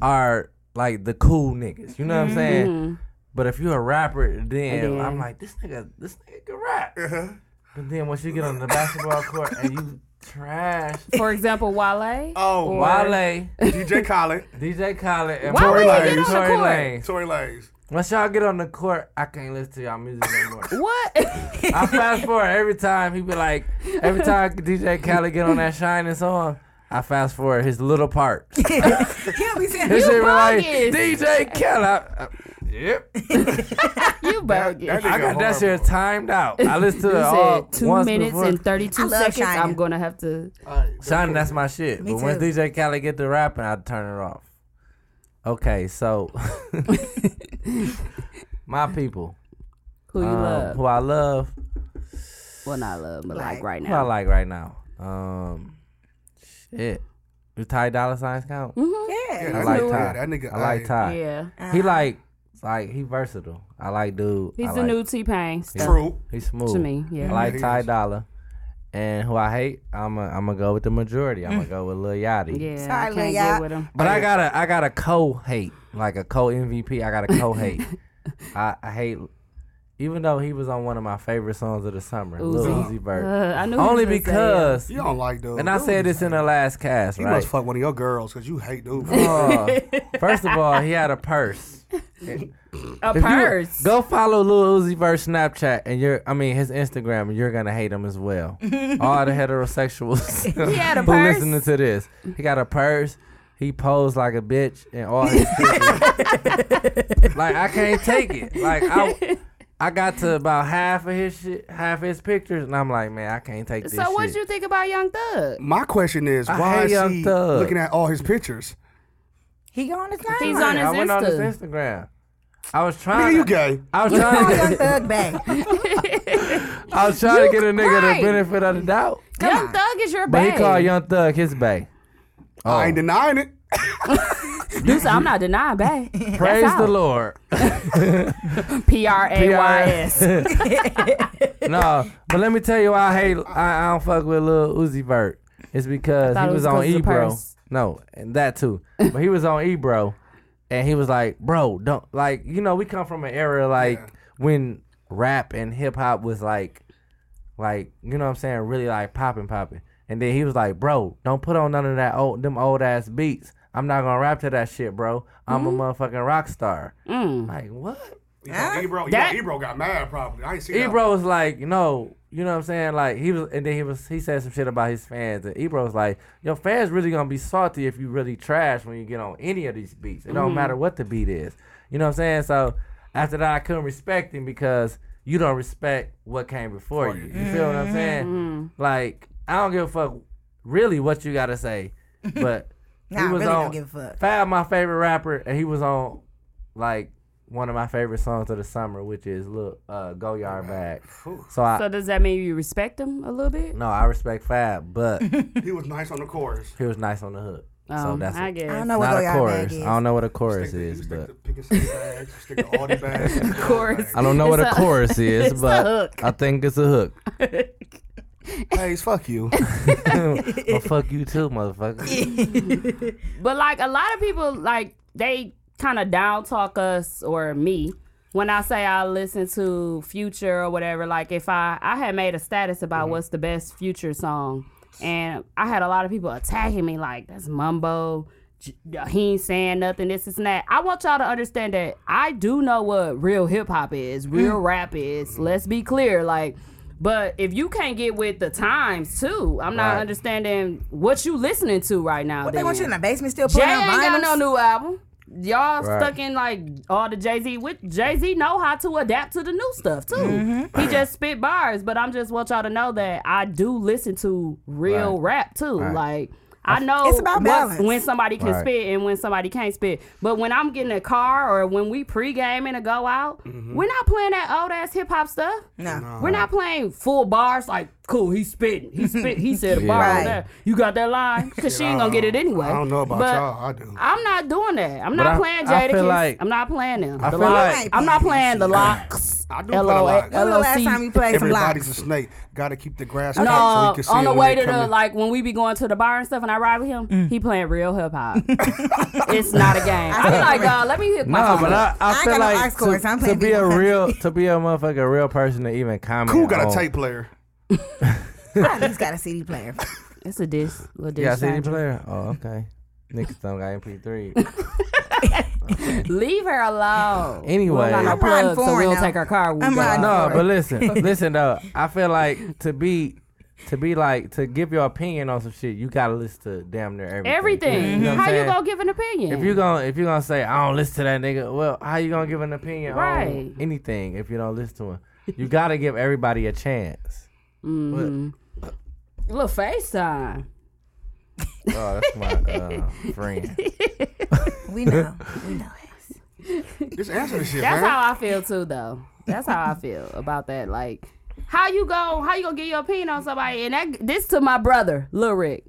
are like the cool niggas. You know what I'm saying? But if you're a rapper, then I'm like this nigga, this nigga can rap. But then once you get on the basketball court and you trash,
For example, Wale.
Uh,
Oh,
Or-
Wale,
DJ Collin,
DJ Khaled, and
Why
Tory
would he
Lanez.
get on the
Tory
court?
Lanez.
Tory Lanez.
Once y'all get on the court, I can't listen to y'all music anymore.
What?
I fast forward every time. He be like, every time DJ Khaled get on that shining song, I fast forward his little part. His
He'll be saying,
shit be like,
bogus.
DJ Khaled. I- I- yep.
you bogus.
that
I got that shit timed out. I listen to it
You
all
said two
once
minutes
before.
and 32
I love
seconds.
China.
I'm going to have to.
Shining, that's my shit. but when
too.
DJ Khaled get to rapping, I turn it off. Okay, so my people,
Who you
um,
love?
who I love,
well, not love, but like,
Like,
right
Who I
now.
like right now? Um, shit. Do Ty Dolla Signs count?
yeah.
I
That
like
nigga-
Ty.
that nigga-
I like Ty.
yeah. Ah.
He like like he versatile. I like dude.
He's
I
the
like-
new T Pain.
True.
He's smooth
To me, yeah.
I like
He
Ty
is.
Dolla, and who I hate, I'm a, I'm gonna go with the majority. I'm gonna go with Lil Yachty.
Mm. Yeah.
Sorry,
I
Lil
can't
Yachty.
get with him.
But I got to I got to co hate like a co MVP. I got to co hate. I, I hate. Even though he was on one of my favorite songs of the summer, Lil
Uzi.
Uzi Vert,
Uh, I knew he was
only
gonna say it.
because
You don't like dude.
And I
Dude
said
is-
this in the last cast,
He
right?
must fuck one of your girls because you hate dude.
Oh.
Uh, first of all, he had a purse.
A
If you-
purse.
go follow Lil Uzi Vert's Snapchat and you're, I mean, his Instagram, and you're gonna hate him as well. all the heterosexuals
He had a
who
purse?
listening to this, he got a purse. He posed like a bitch, and all his pictures- like I can't take it. Like I. I got to about half of his shit, half his pictures, and I'm like, man, I can't take this.
so, what
shit.
you think about Young Thug?
My question is,
I
why
hate
is
Young
he
Thug.
looking at all his pictures?
He on his
He's
timeline.
on his
I went on his
Insta.
Instagram. I was trying.
Nigga,
to-
you gay.
I was
Call
trying.
Young
To,
Thug back.
I was trying to get a nigga
right.
the benefit of the doubt,
Young Thug is your
but
bae.
he called Young Thug his bae.
I ain't denying it.
Do so. I'm not denying bae.
Praise
how.
the Lord.
P R A Y S.
no, but let me tell you, why I hate. I, I don't fuck with Lil Uzi Vert. It's because
thought
he
it
was,
was
on
'cause of the
Ebro.
purse.
No, and that too. But he was on Ebro, and he was like, "Bro, don't like you know we come from an era like when rap and hip hop was like, like you know what I'm saying, really like popping, popping." And then he was like, "Bro, don't put on none of that old them old ass beats. I'm not gonna rap to that shit, bro. I'm
Mm-hmm.
a motherfucking rock star."
Mm.
Like what?
You know, Ebro, you know,
That-
Ebro got mad probably. I ain't seen
Ebro was like, no, you know what I'm saying? Like he was, and then he was, he said some shit about his fans, and Ebro was like, your fans really gonna be salty if you really trash when you get on any of these beats. It don't matter what the beat is. You know what I'm saying? So after that, I couldn't respect him because you don't respect what came before you. You feel what I'm saying?
Mm-hmm.
Like I don't give a fuck really what you gotta say, but
Nah, I really don't give a fuck.
Fab, my favorite rapper, and he was on like one of my favorite songs of the summer, which is "Look, uh, Go Yard Bag." So I
So, does that mean you respect him a little bit?
no, I respect Fab, but he
He was nice on the chorus.
was nice on the hook. so
Um,
that's
I
it.
guess.
I don't know what
not
Lil
a
Yachty
chorus.
back
I
is.
don't know what a chorus
You
is,
stick
but
the pick and save bags, you stick the Audi bags. you stick the
Chorus.
bags.
I don't know what a,
It's a-
chorus is,
a
but
hook.
I think it's a hook.
Hey, fuck you.
well, fuck you too, motherfucker.
But like a lot of people, like they kind of down talk us or me when I say I listen to Future or whatever. Like if I I had made a status about
Mm-hmm.
what's the best Future song, and I had a lot of people attacking me like that's mumbo. j- uh, He ain't saying nothing. This is that. I want y'all to understand that I do know what real hip hop is, real
Mm.
rap is. Let's be clear, like. But if you can't get with the times too, I'm not
Right.
understanding what you listening to right now.
What they
then.
want you in the basement still
Jay
putting
ain't
out vinyls?
got no new album. y'all all
Right.
stuck in like all the Jay Z. With Jay Z know how to adapt to the new stuff too.
Mm-hmm.
He just spit bars, but I'm just want y'all to know that I do listen to real rap too. Like I know
It's about
what-
balance.
when somebody can
Right.
spit and when somebody can't spit. But when I'm getting a car or when we pregame and a go out, we're not playing that old ass hip hop stuff.
No.
We're not playing full bars like, cool, he's spitting. He spit he said a bar
Yeah.
over there. You got that line? Because she ain't gonna get it anyway.
I don't know about
But
y'all. I do.
I'm not doing that. I'm
But
not
I-
playing
I feel
Jadakiss.
like-
I'm not playing them.
I
The
feel
Lox-
like-
I'm not playing the locks.
I do play the
LOL.
Lox.
When was the last time you played some
Everybody's
blocks?
a snake. Got to keep the grass
No,
cut so you can see
on
it
the
when
way
they
to
come
the
in.
like when we be going to the bar and stuff, and I ride with him,
Mm.
he playing real hip hop. it's not a game. I be like, dog, let me hit my
No,
phone.
but I,
I
I
ain't
feel
got no
like
ice course,
to,
I'm
to
playing
be a
people.
real to be a motherfucker, real person to even comment.
Who got
on-
a tape player?
I at least got a CD player.
it's a diss. Little diss
You got a CD
track.
player? Oh, okay. Niggas don't got MP3.
Leave her alone.
Anyway.
we don't got no
I'm riding
plug, so
foreign
we'll
now.
take her car. when We
I'm
go.
riding-
no,
Sorry.
but listen, listen though. I feel like to be, to be like to give your opinion on some shit, you gotta listen to damn near everything.
Everything.
You know what I'm
How you
saying?
gonna give an opinion?
If you gonna if you gonna say I don't listen to that nigga, well, how you gonna give an opinion
Right.
on anything if you don't listen to him? You gotta give everybody a chance.
little FaceTime.
But- oh, that's my uh, friend.
We know. We know it.
Just answer this shit,
That's
man.
how I feel too, though. That's how I feel about that. Like, how you go? How you gonna get your opinion on somebody? And that this to my brother, Lil Rick.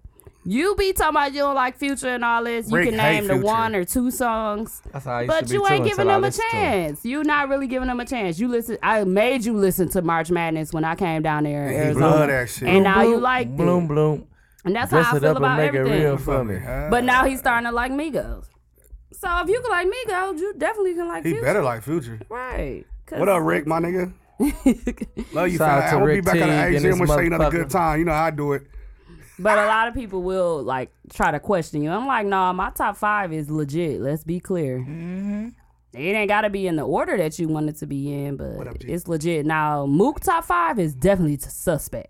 You be talking about you don't like Future and all this. You
Rick
can
hate
name the
Future.
one or two songs,
That's how I used
but
to be
you
too
ain't
until
giving
I
them a
listened to him.
chance. You not really giving them a chance. You listen. I made you listen to March Madness when I came down there, in
He
Arizona,
love that shit.
and now you like it.
Bloom bloom.
And that's
Dress
how I
it
feel
up and
about
make
everything.
it real for me.
But now he's starting to like Migos. So if you can like Migos, you definitely can like
He
Future.
better like Future.
Right. 'Cause-
What up, Rick, my nigga? Love you,
Shout out
fam.
to
I will be
Rick
back on
Teague
the
and
AG.
this
I'm gonna say another
motherfucker.
good time. You know how I do it.
But a lot of people will like try to question you. I'm like, nah, my top five is legit. Let's be clear. Mm-hmm. It ain't gotta be in the order that you want it to be in, but
up, G?
it's legit. Now, Mook top five is definitely t- suspect.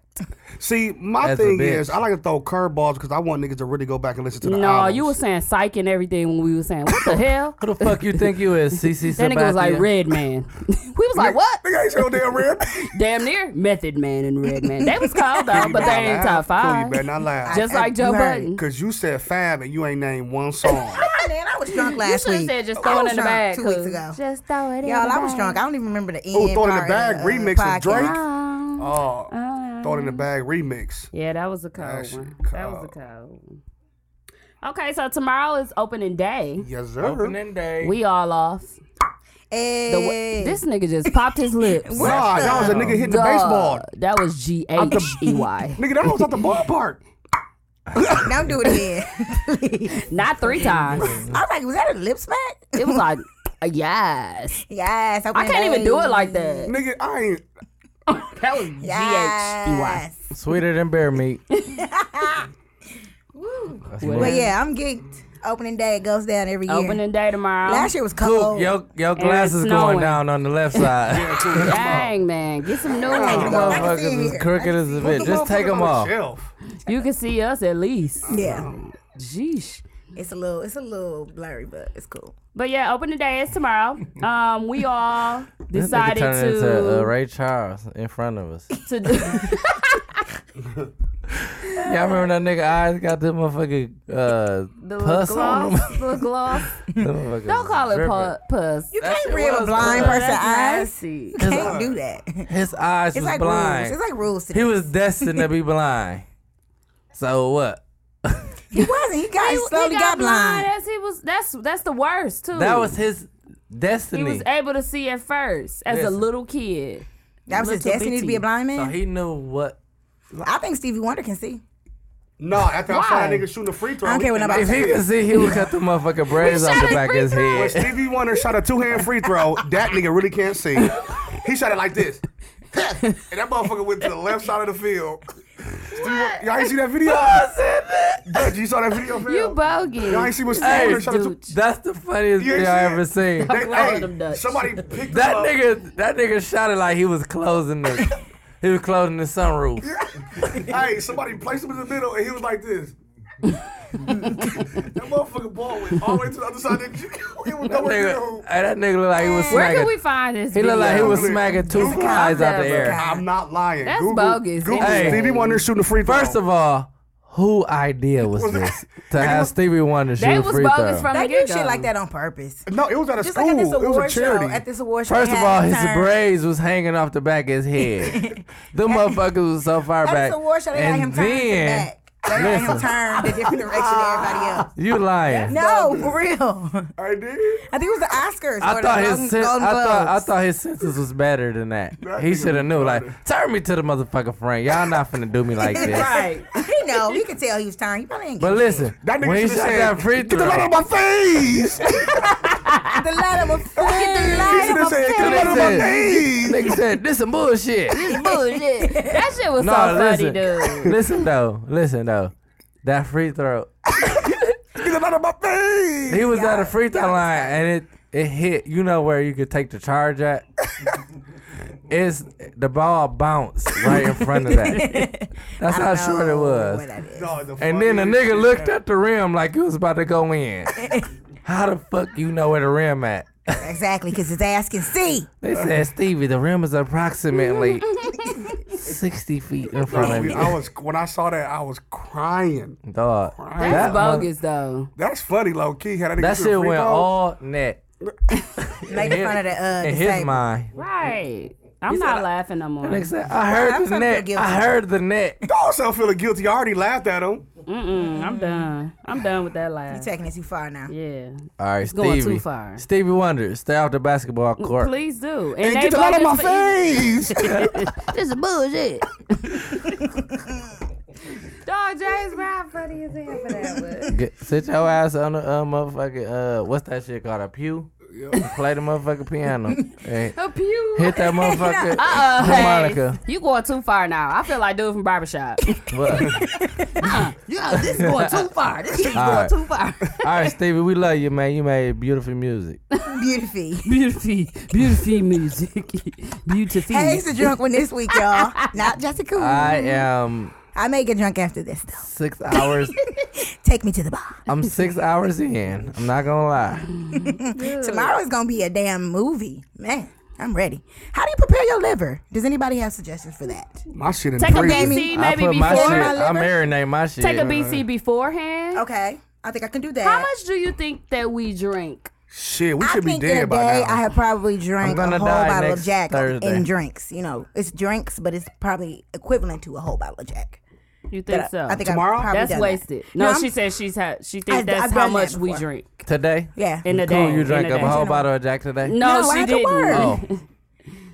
See, my
As a
thing
bitch.
is, I like to throw curveballs because I want niggas to really go back and listen to the
no,
albums.
you were saying psych and everything when we were saying what the hell.
Who the fuck you think you is, CC
That nigga was like
Sabathia?
Red Man. we was like, what?
Nigga, I ain't say no damn real.
Damn near Method Man and Red Man. They was called though, but they ain't top
You
five.
better not laugh.
Just
I-
like Joe
you heard
Budden.
Because you said fab and you ain't named one song.
Hey, Man, I was drunk
You
last
should have
week.
said just
I
throw it
was
in the
drunk
bag.
Two weeks
'cause-
ago.
Just throw it in
Y'all,
the
I was
bag.
drunk. I don't even remember the end.
Oh, Throw It in the
part of
Bag
uh,
remix with
podcast.
Drake.
Um,
Oh, throw it
Uh-huh.
in the bag remix.
Yeah, that was a cold
shit
one. That was a cold one. Okay, so tomorrow is opening day.
Yes, sir.
Opening day.
We all off. The wa-
Hey.
this nigga just popped his lips.
Nah, that was a nigga hitting the baseball.
God, That was G H E Y.
Nigga, that was at the ballpark.
Don't do it again.
Not three times.
I was like, was that a lip smack?
It was like, uh, yes.
Yes.
I can't even do it like that.
Nigga, I ain't.
That was G H E Y.
Yes.
Sweeter than bear meat. That's
Well,
my-
But yeah, I'm geeked. Opening day goes down every year.
Opening day tomorrow.
Last year was
Cool.
cold.
Your, your glass is
Oh. snowing.
going down on the left side.
Dang, man. Get some new
Them
ones.
I can see
motherfuckers
it.
is crooked as a bitch. Just take them off.
off.
You can see us at least.
Yeah.
Jeesh.
It's a little it's a little blurry, but it's cool.
But yeah, open the day is tomorrow. Um, we all
This nigga
decided
turning
to
into uh, Ray Charles in front of us.
to do.
Y'all remember that nigga eyes got this motherfucking uh,
The little
pus on
gloss,
him?
little gloss.
Them motherfuckers
Don't call it
dripping.
pu- pus.
You
That
can't
shit
rib a
was
blind
good.
person's
That's
eyes.
nasty.
You can't do that. It's
His eyes was
like
blind.
rules. It's like rules to
he
do.
was destined to be blind. So what?
He wasn't. He got he slowly got blind.
That's he was. That's that's the worst too.
That was his
he
destiny.
was able to see at first as a
Listen.
little kid.
That was his
Little
destiny to be
bitty.
a blind
so
man.
he knew what.
I think Stevie Wonder can see.
No, after I saw
Why?
that nigga shooting a free throw.
I don't care what
we-
nobody
If he
says.
could see, he would cut the motherfucking braids off the back of his
When
head.
Stevie Wonder shot a two hand free throw, that nigga really can't see. He shot it like this. and that motherfucker went to the left side of the field. Stevie- Y'all ain't see that video? Dutch, you saw that video, fam?
You bogus. Uh,
Y'all ain't see when Stevie Wonder shot a two.
dude.
That's the funniest
You
thing
ain't
I
see
ever
it?
seen.
They,
blowing them
hey,
Dutch.
somebody picked
That
Oh.
him up.
nigga, that nigga shot it like he was closing the, he was closing the sunroof.
Hey, somebody placed him in the middle, and he was like this. That motherfucker ball went all the way to the other side. Of the, it was
That
nowhere near
nigga,
home.
hey, that nigga look like he was
Where can we
smacking.
find this?
He looked like he
video?
was smacking two
Google.
flies out the air.
I'm not lying.
That's
Google,
bogus.
Google
Hey.
Stevie Wonder shooting the free throw.
First of all, who idea was this to have Stevie Wonder shoot
They
a
was
free
bogus
Oh,
throw?
from
They
the
do
get go.
shit like that on purpose.
no, it was at a
Just
school.
like at this
it was a
award show.
charity.
At this award show.
First
they
of
had
all,
a
his
turn.
braids was hanging off the back of his head. the motherfuckers was so far
At
back.
this award show, they had
and
him turn to the
then
back. They had him
Listen.
turn the different direction than everybody else.
you lying.
No, for real.
I did.
I think it was the Oscars.
I
or
thought
the
his
Golden,
sen-
Golden
I thought I
Globes.
thought his senses was better than that.
That
he
nigga
should have
was
knew like
retarded.
turn me to the motherfucking front. Y'all not finna do me like this.
right. he know. He could tell he was turning. He probably ain't
But
give a shit.
listen,
That nigga
when he
shoulda
shot
said,
that free
Get the
throw,
light out of my face. he
the light of a fucking light of
should have
a
said, Get
face.
the light out of my face.
nigga said this some bullshit.
bullshit. That Oh, shit was
No,
so funny,
listen,
dude.
listen though, listen though, that free throw.
Get the light out of my face.
He was at a free throw line and it it hit. You know where you could take the charge at. it's the ball bounced right in front of that. That's how short it
No,
was.
what that is.
No, the
And then the
funniest
nigga
shit.
looked at the rim like it was about to go in. How the fuck you know where the rim at?
Exactly, because his ass can see.
They said, Stevie, the rim is approximately 60 feet in front of
I,
you.
was when I saw that I was crying.
Dog.
That's
that uh, one-
bogus, though.
That's funny, low key. How that nigga
That
shoot a
shit
free
went
throw.
all net.
Make
In
fun of the uh,
in his
disabled.
mind.
Right. I'm not laughing no more.
Nigga said, I heard
I'm
the
trying to
net.
feel
I
guilty.
heard the net.
Dog self feeling guilty. I already laughed at him.
Mm-mm, Mm, I'm done. I'm done with that
You
laugh.
taking it too far now.
Yeah.
All right, Stevie.
going too far.
Stevie Wonder, stay off the basketball court.
Please do.
And
they
get the light out of my
bogus for-
face.
This is bullshit. Dog, James Brown funny as hell for that one.
Get, sit your ass on the uh, motherfucking, uh, what's that shit called? A pew? Play the motherfucking piano. and
A pew.
hit that motherfucker
Uh, hey,
harmonica.
you going too far now. I feel like dude from barbershop.
What?
yeah, this is going too far. This is
All right.
too far.
All right, Stevie, we love you, man. You made beautiful music.
Beautiful.
Beautiful, beautiful music. Beautiful.
Hayes the drunk one this week, y'all. Not Jessica. Cool.
I am
I may get drunk after this, though.
six hours.
Take me to the bar.
I'm six hours in. I'm not gonna lie.
Tomorrow is going to be a damn movie. Man, I'm ready. How do you prepare your liver? Does anybody have suggestions for that?
My shit in
Take a
prison.
BC
I
maybe
put my shit.
before.
My
I
liver?
marinate my shit.
Take a BC beforehand.
Okay. I think I can do that.
How much do you think that we drink?
Shit, we
I
should be
think in a
dead by
day, I
now.
have probably
I'm
drank a
gonna
whole
die
bottle
next
of Jack
Thursday.
in drinks. You know, it's drinks, but it's probably equivalent to a whole bottle of Jack.
You think so?
I think
Tomorrow?
I've probably
that's
done that.
wasted. No,
I'm-
she says she's had. She
I-
thinks that's
I've
how
done that
much we
before.
drink
today.
Yeah.
in a day.
Cool, you
in
drank
a
up
day.
a whole bottle of Jack today.
No,
No, I
she
had to
didn't.
work.
Oh,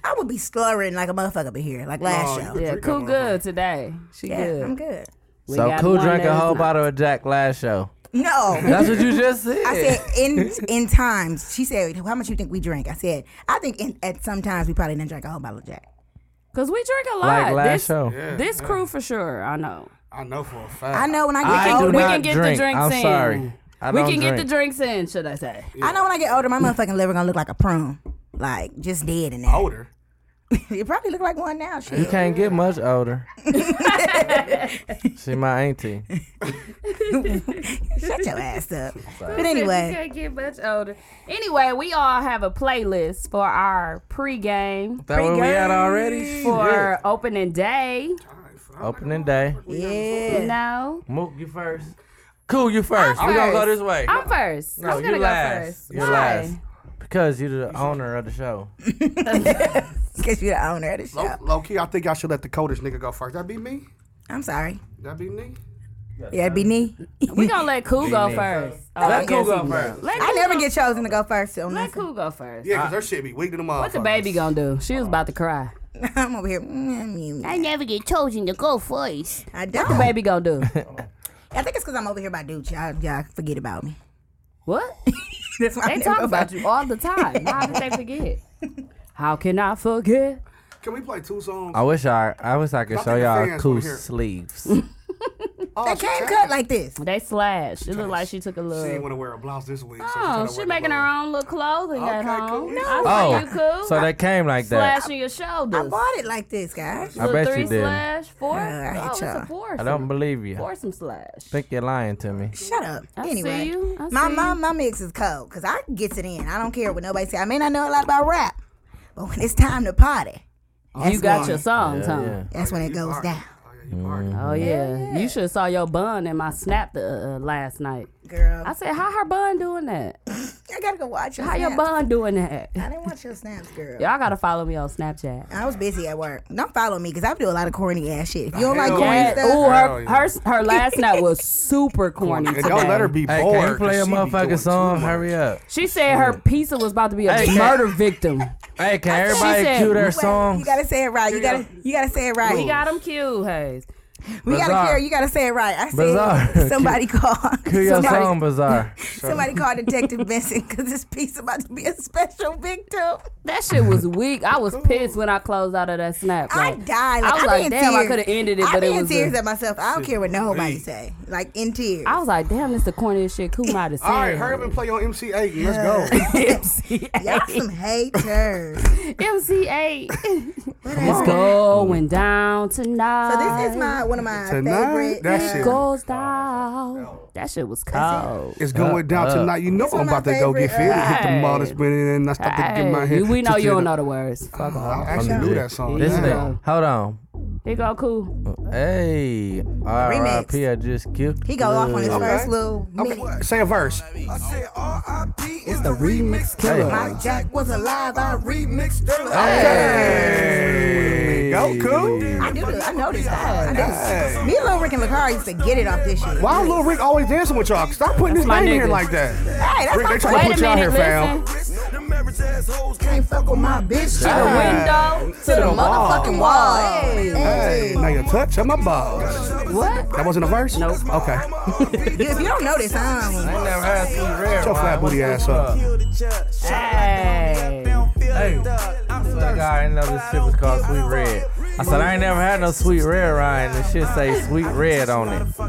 I would be slurring like a motherfucker up in here, like last
No,
show.
you-
Yeah,
Drink
cool
that
good today. She
Yeah,
good.
I'm good.
We
so
got
cool.
one
Drank
that
a
is
whole
not.
bottle of Jack last show.
No.
That's what you just said.
I said in in times. She said, "How much you think we drink?" I said, "I think in, at some times we probably didn't drink a whole bottle of Jack."
Cause we drink a lot.
Like last
this,
show.
this crew for sure. I know.
I know for a fact.
I know when I get
I do
older.
we
not
can get the
drink.
drinks
I'm
in.
sorry. I
we
don't
can
drink.
get the drinks in, should I say?
I know when I get older, my motherfucking liver gonna look like a prune, like just dead in
Oh.
there.
older.
it probably look like one now. Shit.
You can't get much older. she my auntie.
Shut your ass up. But anyway,
can't get much older. Anyway, we all have a playlist for our pregame
That what we had already.
for
Shit.
opening day.
opening day.
You
yeah.
know,
Mook, you first. Cool, you 1st
I'm
We're gonna go
first.
this way.
I'm first.
No,
I'm
you
gonna go
last.
first.
You
Why?
last. because you're the owner of the show.
Because you're the owner of the
Low,
show.
low key, I think I should let the coldest nigga go first. That be me.
I'm sorry.
That be me.
Yeah, it'd be me.
We gonna let Cool go
me.
first.
Let
I
Cool
guess
go
he-
first.
Let
I
Cool
never
go-
get chosen to go first. So
Let
nothing.
Cool go first.
Yeah, cause her shit be weak to the motherfucker.
What the baby gonna do? She was about to cry.
I'm over here. mm, I'm you.
I never get chosen to go first.
I don't.
The baby gonna do
I think it's because I'm over here by Dude. Y'all, y'all forget about me.
what?
That's why I
They
never
talk
go
about
first.
you all the time. How did they forget? How can I forget?
Can we play two songs?
I wish I I wish I could
Stop
show
taking
y'all
fans
cool
over here.
sleeves.
Oh,
They
she
can't
tapping.
cut like this.
They slashed. It looked like she took a
She didn't
little.
want to wear a blouse this week. so
Oh,
she
she making her own little clothing at
Okay,
home.
cool.
I
Oh,
thought you cool.
so they came like that.
slashing your
I
shoulders.
bought it like this, guys.
I bet
three
you did. I
slash four.
I hate
oh, it's
y'all.
a foursome.
don't believe you. I
foursome slash.
think you're lying to me.
Shut up.
see
anyway,
you. I
my
see
my
you.
my mix is cold because I gets it in. I don't care what nobody say. I may not know a lot about rap, but when it's time to party, that's
You got
when,
your song, Tone.
Yeah.
That's when it goes down,
Oh, yeah, you barking.
Oh yeah. you should have saw your bun in my snap the, uh, last night.
girl.
I said, how her bun doing that?
I gotta go watch your
How
snaps.
your bun doing that?
I didn't watch your snaps, girl.
Y'all gotta follow me on Snapchat.
I was busy at work. Don't follow me because I do a lot of corny ass shit. If you don't like
Hell
corny
yeah.
stuff,
Ooh, her,
Hell yeah.
her her last night was super corny.
And
today.
don't let her be
Hey,
bored.
can you play a
'cause she be doing
motherfucking song?
too
Hurry
much.
up.
She said her pizza was about to be a
Hey,
murder victim.
Hey, can everybody
said-
cue their
Wait,
song?
You gotta say it right. You gotta you gotta say it right.
We got him cute, Hayes.
We gotta
Bizarre.
care. You gotta say it right. I said
Bizarre.
somebody called.
Cue your
somebody,
song, Bizarre.
somebody called Detective Benson because this piece about to be a special victim.
That shit was weak. I was pissed when I closed out of that snap.
I
Like,
died. Like,
I was
I be in
like, damn, I
tears.
could have ended it,
I
but
be
it
in
was.
tears
a-
at myself. I don't care what nobody say. Like in tears.
I was like, damn, this the corniest shit Cool might have said.
All right, hurry up and play on MC Aiken. Let's go.
Y'all some haters.
MC8. It's going down tonight.
So this is my one of my
Tonight,
favorite.
that shit.
goes down. That shit was cold.
It's going down tonight. You know
one
I'm
of my
about to go get
favorite,
fitted,
uh,
hit the mall that's been in, and I start to get my
Hey,
head. Uh-huh.
we know you don't
know.
know the words. Fuck off.
I actually knew that song.
This
Yeah.
Yeah.
nigga. Hold on.
Here go cool.
Hey, R.I.P. I just killed.
He go off on his
the-
first little minute.
Okay, say a verse.
It's the remix killer.
Hey.
Mike Jack was alive. I re-
Remix killer.
Hey, go cool.
I do. this. I know these guys. I know this. Me and Lil Rick and Lakari used to get it off this shit.
Why Lil Rick always dancing with y'all? Stop putting his
my
name in here
nigga.
like that.
Hey, that's
Rick,
my
they trying to
Wait a
put you out
minute,
here, fam.
listen.
Them average assholes can't fuck with my bitch.
To the window, to the
the wall.
motherfucking wall. Hey.
Hey, now you touch on my balls.
What?
That wasn't a verse? Nope. Okay.
If you don't know this, I don't.
I never had two rare.
Shut your flat booty ass up.
Hey.
Hey, that guy, I didn't know this shit was called Sweet Red. I said I ain't never had no Sweet Red, Ryan. This shit say Sweet Red on it.
You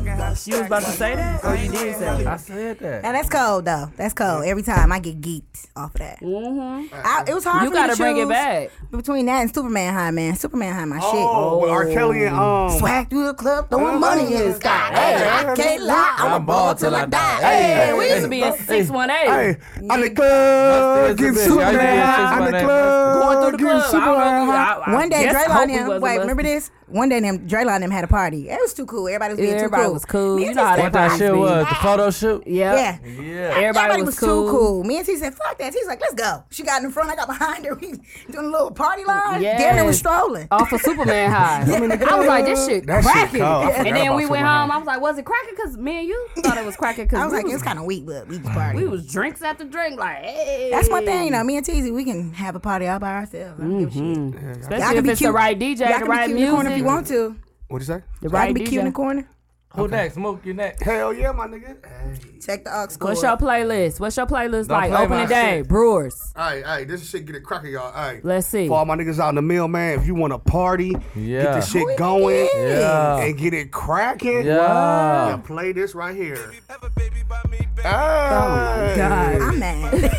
was about to say that? Or you did say
I
that?
said
Now
that.
that's cold though. That's cold. Every time I get geeked off of that.
Mm-hmm.
I, it was hard.
You
for me
gotta
to
bring it
choose
back.
between that and Superman High. Man, Superman High, my
Oh, with R. Kelly and um.
shit. Swag through the club, throwing money in the sky. Uh-huh. Hey, I can't lie, I'm a ball till I die.
Hey, we used to be in 618.
Hey, I'm the club
That's the
getting
bitch.
super
Y'all getting
high.
bitches
I'm
by
the
that.
club
Going through the
getting
club.
super
I remember-
high.
I- I
One day,
guess Hope
Drayline
we
and him,
wasn't
wait,
listening.
remember this? One day, them Drayline and them had a party. It was too cool. Everybody was being
Everybody
too cool.
was cool.
Me
You
and
know how
T
that
What that
Nice
shit
beat.
was? The photo
Yep.
shoot?
Yeah.
Yeah.
Everybody,
Everybody was too cool. Me and T said, "Fuck that." He's like, "Let's go." She got in the front. I got behind her. We doing a little party line.
Yes.
Damn, it was strolling.
Off of Superman High. I was like, this shit
That shit
cracking.
cold. I forgot
and then
about
we went
Superman
home. I was like, was it cracking? Because me and you thought it was cracking. Because
I was
we
like,
was
"It's kind of weak, but we can party."
We was drinks after drink, like hey.
That's my thing, though. Me and Teezy, we can have a party all by ourselves. I don't give a shit. Y'all
Especially
can
Mm-hmm. if
be
it's
cute.
the right DJ,
Y'all
the
can
right
be cute in the corner if
music,
you want to.
What'd you say?
the
Y'all
right
can be cute in the
DJ.
corner.
Who next? Mook, you next.
Hell yeah, my nigga. Hey.
Check the aux cord.
What's your playlist? What's your playlist like?
play
Opening
my
day,
shit.
Brewers.
All right, all right, this shit get it cracking, y'all. All right.
Let's see.
For all my niggas out in the mill, man, if you want to party, get
Yeah.
the shit going
Yeah.
and get it cracking,
Yeah.
yeah, play this right here. Hey.
Oh God,
I'm mad.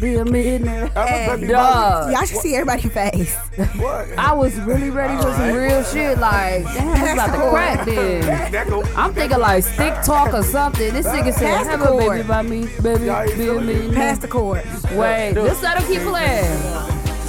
be a millionaire.
Hey, baby,
Dog.
Y'all should see everybody's face.
what?
I was really ready for some real shit. Like, damn, it's about to crack then.
That go-
I'm thinking like stick talk or something. This nigga said,
Pass the
"Have a baby
cord.
by me, baby,
ain't
be a
feeling it.
millionaire."
Pass the cord.
Wait, this let him keep playing.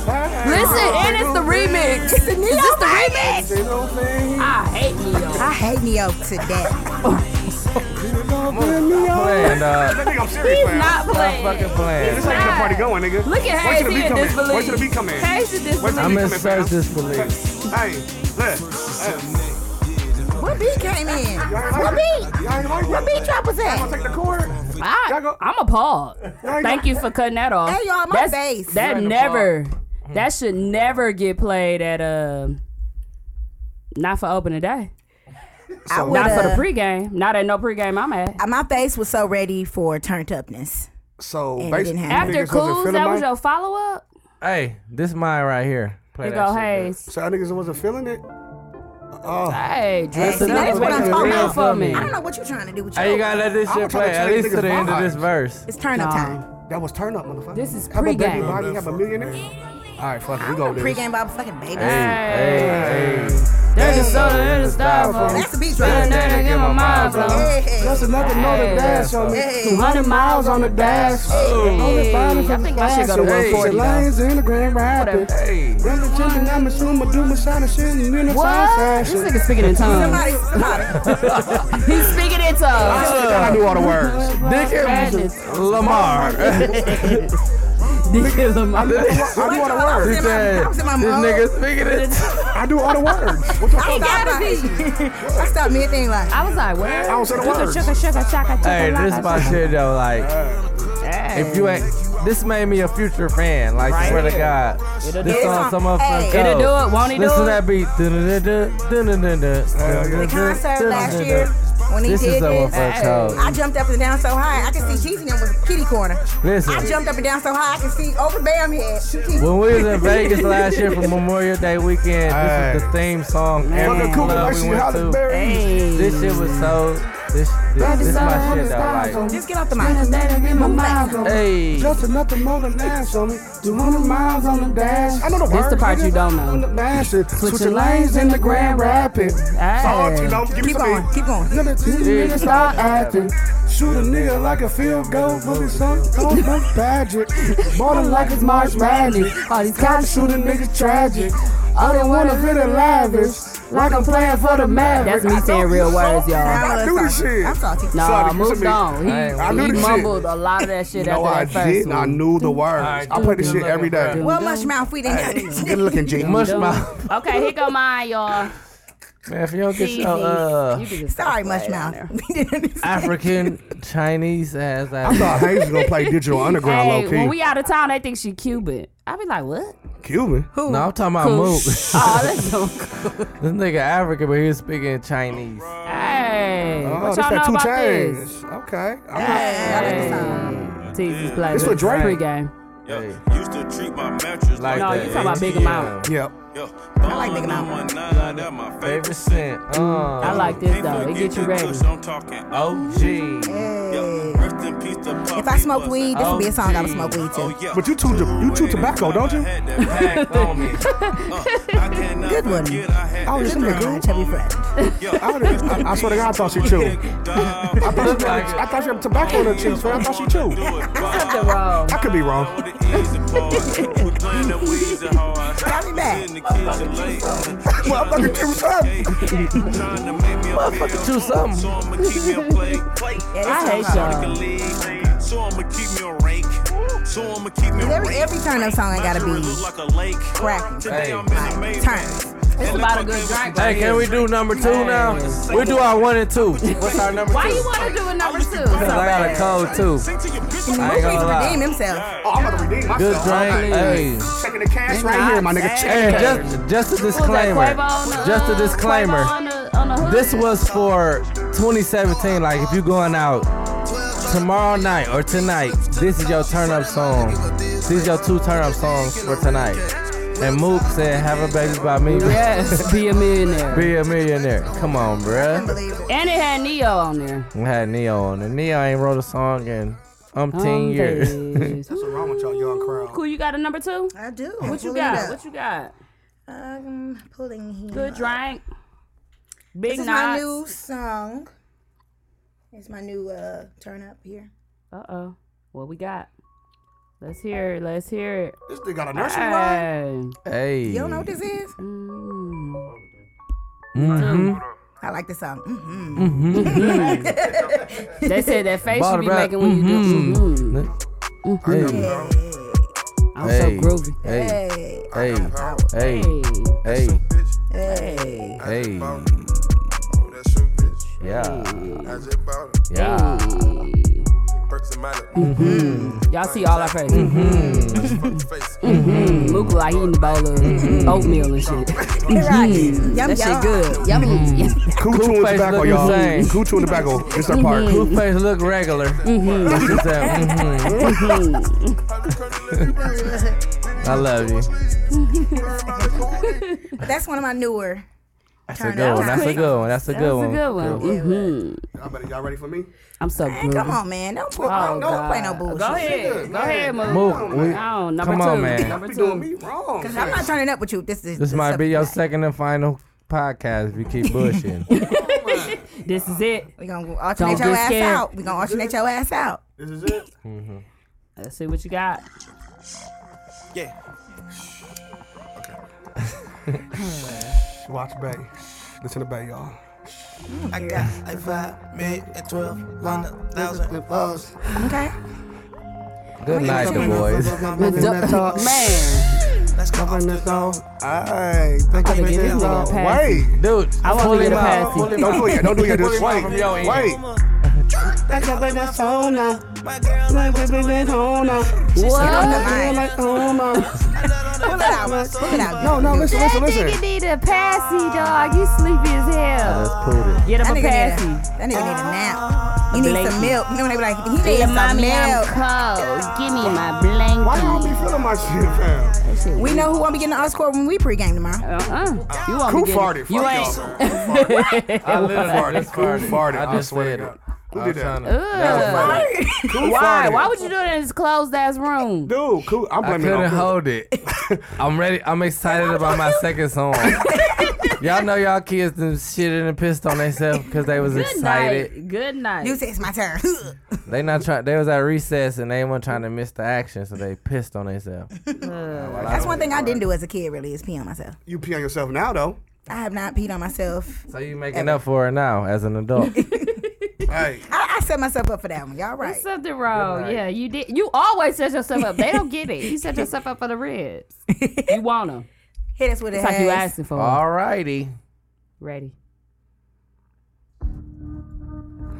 Hey.
Listen, and it's the remix. Is this the remix?
You know what I'm saying?
I hate Neo.
I hate Neo to death.
Playing, dog.
That nigga, I'm serious, man.
Not
Stop
playing.
fucking playing.
This ain't your party going, nigga.
Look at
Wait till
Hazy
the beat
in
come in.
disbelief.
Wait till the beat come in.
Hazy in
Wait till
disbelief.
I'm
the beat
in
come in,
such
fam.
disbelief.
Hey, look.
What beat came in? What beat? What beat drop was that?
Take the cord. Y'all
I,
go-
I'm appalled.
Y'all
Thank
go-
you for cutting that off.
Hey, y'all, my
That's-
face.
That never, that should never get played at a, not for opening day.
I would,
Not for the
uh,
pregame. Not at no pregame I'm at.
My face was so ready for turned upness.
So
And it
basically,
didn't happen.
After
niggas wasn't
Coos,
feeling
that was
mine.
your follow up?
Hey, this mine right here. Play
You
that
go,
shit,
Hayes.
So y'all niggas wasn't feeling it.
Hey, dress
See,
it up.
that's what
Make
I'm
it
talking
real
about.
for me.
I don't know what you're trying to do with your.
Hey, you gotta let this
I'm
shit
trying
play
to
at
change
least to the
niggas'
end of this
vibes.
verse.
It's turn up time.
That was turn up, motherfucker.
This is
Have a baby
pre-game.
body, have a millionaire. All right, fuck it, we go with this.
Pre-game about fucking baby.
Hey, hey, hey.
There's a soda in the styrofoam.
That's the beat
Better
right
than
there.
to get my mind blown.
Hey,
That's another note dash on me.
hey.
100 miles on the dash. Hey, Oh. I think I should go to
Hey.
140. though.
Lions in the grand rapping.
Hey,
Run the chicken, I'm assuming, do my shot and shit, and then it's all
What? This
fashion.
nigga speaking in tongues.
Somebody, somebody.
He's speaking in tongues.
I knew all the words.
Dick
Lamar.
and Lamar.
I knew all the
I was
words.
in my, I was in my
This
mode.
nigga speaking it.
I knew all the words. What the
I
fuck?
stopped like- I stopped mid-thing like.
I was like, what?
I don't say the words.
Hey, this is my shit though. Like, if you ain't, this made me a future fan. Like, swear to God, this song some of
Hey.
It'll do it. Won't he do
Listen to
it?
that beat. The
The concert last year when he
This is
did
a
this.
motherfucker
I
cold.
jumped up and down so high, I could see Cheesy them was kitty corner. I
Listen,
jumped up and down so high, I could see over Bam head.
when we was in Vegas last year for Memorial Day weekend, this was the theme song. Every
Fucking Cooper
club we
Mason,
went
Halle
to.
Berry.
This shit was so. This this, this my shit though. Like,
Just get off the mic. Move back.
hey,
Just another mother dash on me. 200 miles on the dash. I know the
This the part you don't
On
know.
the dash. Switch
your
your lanes in the Grand Rapids. Sorry, you know, give me
Keep
some
going,
beat.
keep going.
Another two niggas stop acting. Shoot a nigga like a field goal, moving some cold from Patrick. Bought him like it's March Madness. All these cops shooting niggas tragic. I don't wanna feel the lavish, like I'm playing for the Mavericks.
That's me saying real words, y'all.
I knew this shit.
I'm salty.
No,
Sorry,
I
you
moved
said me.
on. He,
I ain't- I
he
knew this shit.
mumbled a lot of that shit
No,
after
I
that first
didn't. I
one.
knew the words.
right,
I play this shit every day.
Well, much mouth we didn't have this
Good looking, G.
mush mouth.
Okay, here go mine, y'all.
Man, if you don't get your
Jeezy.
uh,
You can just
Sorry,
stop
much
playing
mouth.
there.
African Chinese ass.
I
ass.
thought Hayes was gonna play Digital Underground
Hey,
low key.
when we out of town, they think she Cuban. I be like, what?
Cuban.
No, I'm talking about Mook. this
oh, that's so cool.
nigga African, but he was speaking Chinese.
Hey,
Oh,
what
this
y'all know
that two
about
chains.
this?
Okay. I'm
Teases play.
This with Drake.
Pre-game.
Hey,
Used to treat my mattress
like
No,
that.
you talking about Big Mouth.
not- Yep.
I
like Big Mouth.
That's my
Favorite
favorite.
scent. Uh,
I like this though. It gets you ready.
I'm talking.
OG.
If I smoked weed, this would be a song I would smoke weed
Oh,
to.
But you two, you two tobacco, don't you?
Packed on me.
Uh,
Good one.
Oh, this
Good
nigga.
one, Chubby Fred.
I, would've- I, I swear to God, I thought she chewed. I thought she,
Like-
I thought she had tobacco in her cheeks, man. I thought she chewed.
Something wrong.
I could be wrong.
I'll be back.
Motherfucker, chew something.
Motherfucker, choose something.
I
hate y'all.
So I'ma keep me a rake. So I'ma keep me a
Every,
rake.
every turn up song I gotta
Natural
be
look like a lake.
cracking.
Today I'm in
Like,
amazing.
turn.
It's about a good drink.
Hey, can we do number two now? We do our one and two. What's our number
Why
two?
you want to do a number two?
Because I got a cold too.
Sing to your bitch.
The
I ain't
movie's
gonna lie.
redeem himself.
Oh, I'm about to redeem myself.
Good
I'm
drink. Hey.
Checking the cash right here, my nigga.
Hey,
Check.
just, just a
Was that
disclaimer.
Quavo on the,
Just a
uh,
disclaimer.
Quavo on the- on the hood?
This was for 2017. Like, if you going out tomorrow night or tonight, this is your turn up song. These your two turn up songs for tonight. And Mook said, "Have a baby by me,
Yes, be a millionaire.
be a millionaire." Come on, bruh.
Unbelievable.
And it had Neo on there.
We had Neo on, and Neo ain't wrote a song in umpteen years.
years.
What's wrong with y'all young crowd?
Cool, you got a number two?
I do.
What you got? What you got?
Um, pulling here.
Good drink.
This
Big
is my
Knots.
new song. It's my new uh turn up here.
Uh oh. What we got? Let's hear it. Let's hear it.
This nigga got a nursery rhyme.
Hey. Mm.
Hey,
You don't know what this is?
Mhm.
I like this song. hmm
They said that face you
Bottom
be
rap. Mm-hmm.
making when you do. mm
Hey,
I'm
Mm-hmm. hey,
so groovy.
hey,
Hey,
hey,
Hey.
hey, hey,
hey.
hey,
Oh, that's your bitch.
yeah,
I just bought it.
yeah.
Perks and Miley.
Y'all see all our faces.
Fuck your face.
Luke like eating a bowl of oatmeal and shit.
Mm-hmm.
Right. Yum,
that shit
yum.
good. Mm-hmm. Yummy.
Coochoo and
Blueface
tobacco,
look
y'all.
insane.
Coochoo and tobacco. oh, It's that part.
Blueface look regular.
Mm-hmm.
That's just that, mhm. I love you.
Mm-hmm.
But that's one of my newer
That's a
Turn
good
out.
one. That's a
Quick.
good one. That's a
That
good
was a
one.
good one. Mhm.
Y'all better, y'all ready for me?
I'm so
Man,
good.
come on, man. Don't, put,
Oh,
don't, don't play no
God.
bullshit.
Go ahead. Go ahead, move.
Move. We-
Oh, number
come
two.
on, man.
Number
You
two.
doing me wrong.
Cause I'm not turning up with you. This is
This might be
subject
your
matter.
second and final podcast if you keep bushing.
This is it.
We gonna alternate
Don't
your
get
ass
scared.
out. We gonna alternate your ass out.
This is it.
Let's see what you got.
Yeah.
Watch Bay. Listen to Bay, y'all.
I got like five million and twelve hundred thousand balls.
Okay.
Good night, the boys.
Man,
Let's go off the zone.
Hey, thank
I
you for
give
this.
you a
uh,
pass.
Wait.
Dude,
I want
pull
to
him
get a
out.
pass.
Don't do it. Don't do it. Just
Pull it out
wait.
from your end.
Wait.
That's your baby phone now. My girl like baby baby phone now.
what?
like home now.
Pull it out. Pull it out.
No, no, listen, listen,
That
listen.
nigga need a passy, dog. You sleepy as hell.
Let's pull it.
Get
That
him a
nigga,
passy.
need a, that nigga need a nap. He needs some milk. You know when they be like, he needs
Yeah,
some
mommy, I'm
milk.
cold. Give me my
Why y'all
blanket.
be feeling my shit, fam?
We know who won't be getting the R score when we pregame tomorrow.
Uh-uh. You want
Who
me to get
farted?
You
Fuck
ain't.
y'all, man. Who farted?
I literally
farted. Who
I
farted? I
just
swear
said
to
it.
God. Who did that?
Ugh.
Who
Why?
farted?
Why would you do that in this closed ass room?
Dude, cool. I'm
I
blaming
couldn't
it on
hold it. I'm ready. I'm excited about my second song. y'all know y'all kids done shitted and pissed on themselves because they was
Good
excited.
night. Good night.
You say it's my turn.
They not trying. They was at recess and they weren't trying to miss the action, so they pissed on themselves.
That's one thing I didn't do as a kid. Really, is pee on myself.
You pee on yourself now, though.
I have not peed on myself.
So you making up for it now as an adult.
Hey.
I, I set myself up for that one. Y'all right?
There's something wrong.
night.
Yeah, you did. You always set yourself up. They don't get it. You set yourself up for the ribs. You want them.
Hit us with it.
It's like you asking for
Oh.
'em.
Alrighty.
Ready.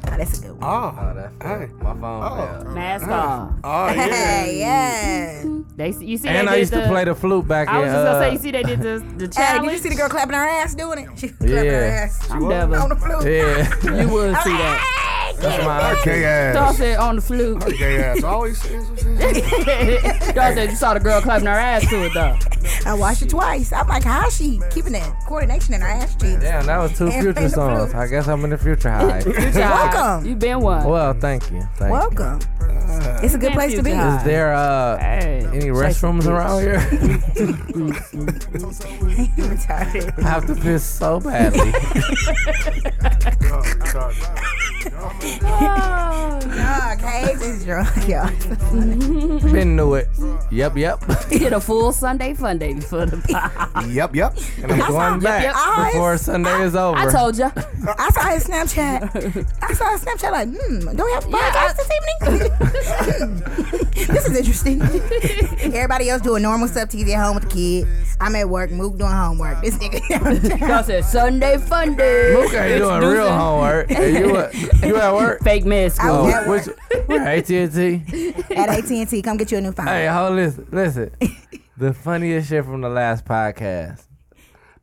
Oh, that's a good one.
Ah.
Oh,
Oh.
that
Hey.
fell. My phone
Oh.
fell.
Mask off.
Oh, yeah.
Hey, yeah.
They s- you see
And
they
I
did
used
the,
to play the flute back
I was
in.
just gonna say you
Uh,
see they did the the
Hey,
challenge.
did you see the girl clapping her ass doing it? She clapping her
Yeah.
ass
I'm double.
on the floor. Ah!
yeah.
You would see that.
That's my
Her Gay
Dog
ass.
said on the flute.
Her Gay ass. Always says what she says.
Dog said you saw the girl clapping her ass to it though.
I watched it twice. I'm like, how is she keeping that coordination in her ass cheeks?
Damn, that was two
And play
future
the
songs.
flute.
I guess I'm in the future high.
Good job.
Welcome.
You been one.
well, thank you. Thank you.
Welcome. it's a good place to be.
Future.
Is there uh
Hey.
any restrooms around here?
You retarded.
I have to piss so badly.
Oh, sorry.
Nah, Cage is drunk, y'all.
Been knew it. Yep, yep.
Did a full Sunday fun day before the pod.
Yep, yep.
And I'm going
yep.
back
Eyes.
before Sunday is over.
I told ya.
I saw his Snapchat. I saw his Snapchat like, hmm, do we have a podcast this evening? Hmm. this is interesting. Everybody else doing normal stuff, TV at home with the kids. I'm at work, Mook doing homework. This nigga.
Dog said Sunday fun day.
Mook ain't doing real
Introducing
homework. Hey, you, at- you at work?
Fake mess.
I
Oh,
was at work
which, where, AT&T?
at AT&T. Come get you a new phone.
Hey, hold listen, listen. The funniest shit from the last podcast.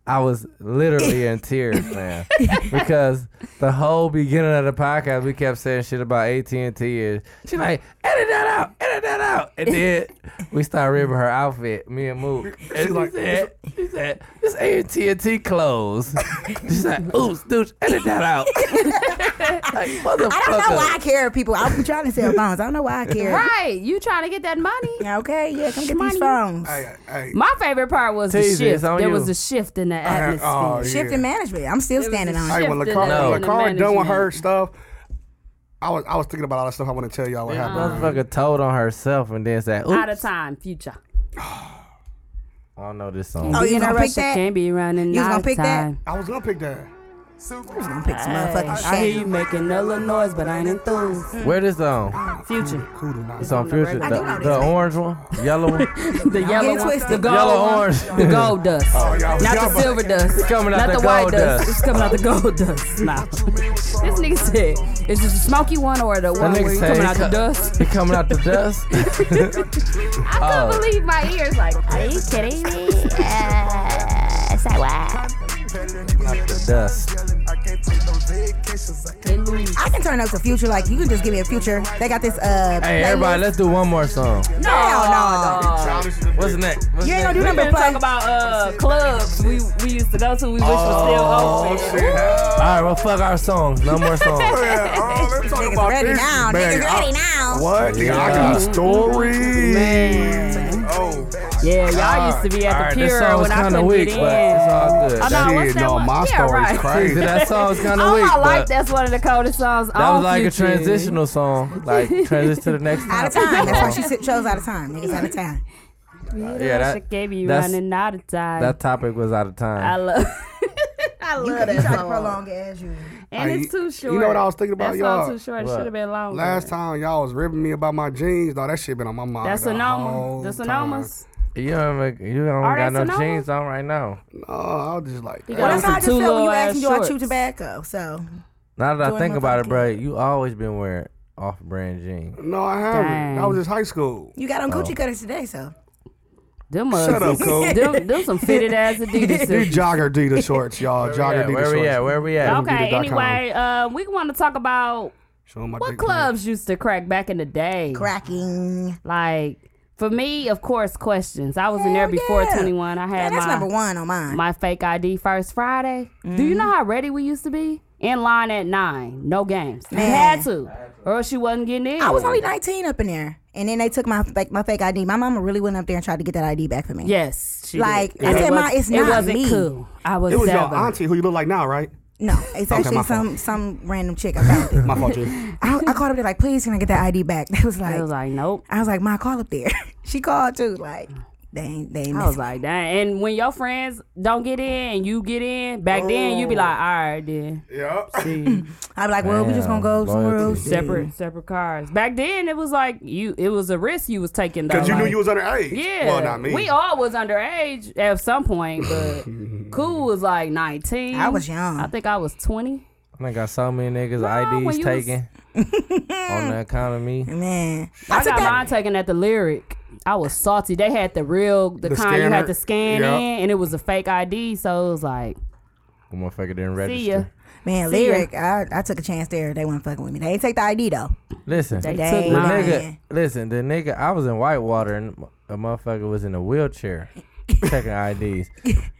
I was literally in tears, man, because the whole beginning of the podcast we kept saying shit about AT and T. She like edit that out, edit that out, and then we started ripping her outfit. Me and Mook. And she, said, she said, "This AT and T clothes." She's like, "Oops, dude, edit that out." like, motherfucker.
I don't know why I care, people. I'm trying to sell phones. I don't know why I care.
Right. You trying to get that money?
Okay, yeah, come get these phones.
Hey, hey.
My favorite part was the
Teasy,
shift.
it's on
There was
you.
a shift in the atmosphere.
Oh, yeah.
Shift in management. I'm still standing on it.
Hey, when
Shift in
LaCar,
the-
when
in the
LaCar done with her
management.
stuff, I was I was thinking about all the stuff I want to tell y'all what happened.
Motherfucker told on herself and then said, Oh, "Oops."
Out of time, future.
I don't know this song.
Oh, you gonna pick that?
Can't be running
You was
out
gonna
of
pick that?
time.
I was gonna pick that.
I'm gonna pick some motherfucking
I
shit.
hear you making hella noise, but I ain't enthused.
Where this song?
Future,
It's on Future.
I
The,
do
know this
the
one.
orange one, yellow one,
the yellow,
it
one, the
twisted.
gold,
yellow
one,
orange. Oh,
the gold dust,
y'all-
not
y'all
the silver dust. It's
coming out
not
the
white
gold
dust.
dust.
It's coming out the gold dust. Nah. this nigga said, "Is this the smoky one or the one
nigga
where you
said
coming
he
out the
cut-
dust?"
It coming out the dust.
I
Oh.
couldn't believe my ears. Like, are you kidding me? Uh, it's like, wow.
the dust.
Ain't no vacations. I can't breathe.
I can turn up to future. Like you can just give me a future. They got this. Uh,
Hey, everybody, let's do one more song.
no, no.
Childish is a
What's
bitch.
next? What's
You ain't
next?
gonna do nothing
We're gonna talk
but play.
about uh, clubs we, we used to go to. We wish
Oh,
was still
shit.
open.
All right, well, fuck our songs. No more songs.
Yeah, oh, let's talk about
ready
this.
now.
Man,
Niggas
I-
ready now.
What? Nigga, I got
Mm-hmm.
stories. Oh,
Yeah, y'all used to be
All
at
right,
the
this
pier
song was
when I
kind of
couldn't
weak,
get in.
but it's all good.
Oh,
That-
no, what's
shit,
that
no,
one?
my
yeah,
story's
right.
crazy.
That song was kind of
Oh,
weak.
I like Oh,
but
that's one of the coldest songs.
That
on
was like a
Future.
transitional song, like transition to the next
Out of
topic.
time. That's why she sit- chose out of time. Niggas out of time.
Oh, Yeah,
I
that,
gave you
that's-
running out of time.
that topic was out of
I
time.
love. I love
You
that
try to
song.
prolong it as you.
And
Hey,
it's too short.
You know what I was thinking about,
That
y'all?
song too short. It
What?
should have been longer.
Last time y'all was ripping me about my jeans, though, that shit been on my mind.
That's
the
Sonoma.
whole
The
time.
Sonomas.
You don't, make- you don't
Are
got
they
no
Sonoma?
jeans on right now.
No, I was just like,
got
Well,
on
that's how I just
some two
felt when you
little ass
asked me, do I chew
shorts.
tobacco? So,
Now that I
Doing
think about it,
motherfucking-
bro, you always been wearing off-brand jeans.
no, I haven't.
Dang.
That was just high school.
you got on coochie cutters today, so.
Them
Shut up,
mugs.
Cole.
Them, them some fitted ass Adidas.
These
sisters.
jogger Adidas shorts, y'all. Jogger
Yeah,
Adidas
where
shorts.
we at? Where we at?
Okay,
Adidas.com.
anyway, uh, we want to talk about
Show 'em my
what
dick,
clubs used to crack back in the day.
Cracking.
Like, for me, of course, questions. I was in there
Hell
before
yeah.
21. I
Yeah,
had
that's
my,
number one Mm-hmm. on mine.
my fake ID first Friday. Do you know how ready we used to be? In line at nine, no games. You had to, or else you wasn't getting in.
I was only 19 up in there. And then they took my fake, my fake ID. My mama really went up there and tried to get that ID back for me.
Yes, she
Like,
did.
I
And
said,
it
"Ma,
was-
it's
it
not
wasn't
me."
cool. I was
It was
seven.
your auntie who you look like now, right?
No, it's actually
my
some
fault.
some random chick I found there.
My fault, G.
I, I called up there like, please can I get that ID back? They was like,
I was like, nope.
I was like, Ma, call up there. she called too. Like, they ain't, they ain't
I was
messing.
like, dang. And when your friends don't get in and you get in, back then
Oh.
you be like, all right, then.
Yeah.
See,
I'd be like, well, we just gonna go
Damn,
somewhere
loyalty.
else.
Mm-hmm.
separate separate cars. Back then it was like you, it was a risk you was taking. though,
Because you knew
like-
you was underage.
Yeah,
Well, not me.
we all was underage at some point, but Cool was like nineteen.
I was young.
I think I was twenty.
I think I saw many niggas'
when
IDs
you was-
taken on the account of me.
Man,
I,
I took
got
that.
mine taken at the lyric. I was salty. They had the real, the,
The
kind you had
scanner.
to scan
Yeah.
in, and it was a fake ID. So it was like,
The motherfucker didn't
see ya.
register.
Man,
See ya.
lyric, I, I took a chance there. They weren't fucking with me. They ain't take the ID though.
Listen,
They
the
took
Dang,
mine.
nigga,
man.
listen, the nigga. I was in Whitewater and a motherfucker was in a wheelchair checking IDs.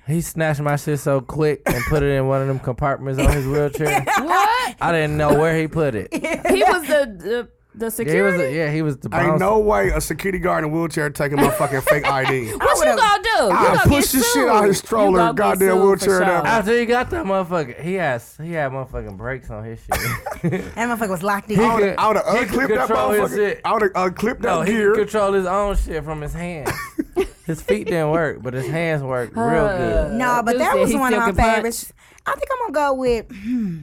He snatched my shit so quick and put it in one of them compartments on his wheelchair.
What?
I didn't know where he put it. Yeah,
he was the the, the
he was.
security.
a- yeah, he was the bouncer.
Ain't no way a security guard in a wheelchair taking my fucking fake ID.
what you gonna do? You
I
gonna
pushed
get
his shit
sued.
out his
You
stroller,
gonna get
goddamn
sued for
wheelchair and
sure.
everything.
After he got that motherfucker, he has he had motherfucking brakes on his shit.
That motherfucker was locked in.
I would've- I would've
He could
unclipped that
control his
motherfucker.
shit.
I would've unclipped
no,
that
he could
gear.
control his own shit from his hands. his feet didn't work, but his hands worked real
Uh,
good.
No, but
Dude
that
said
was
he
one of
still
my
can punch.
favorites. I think I'm gonna go with. Hmm,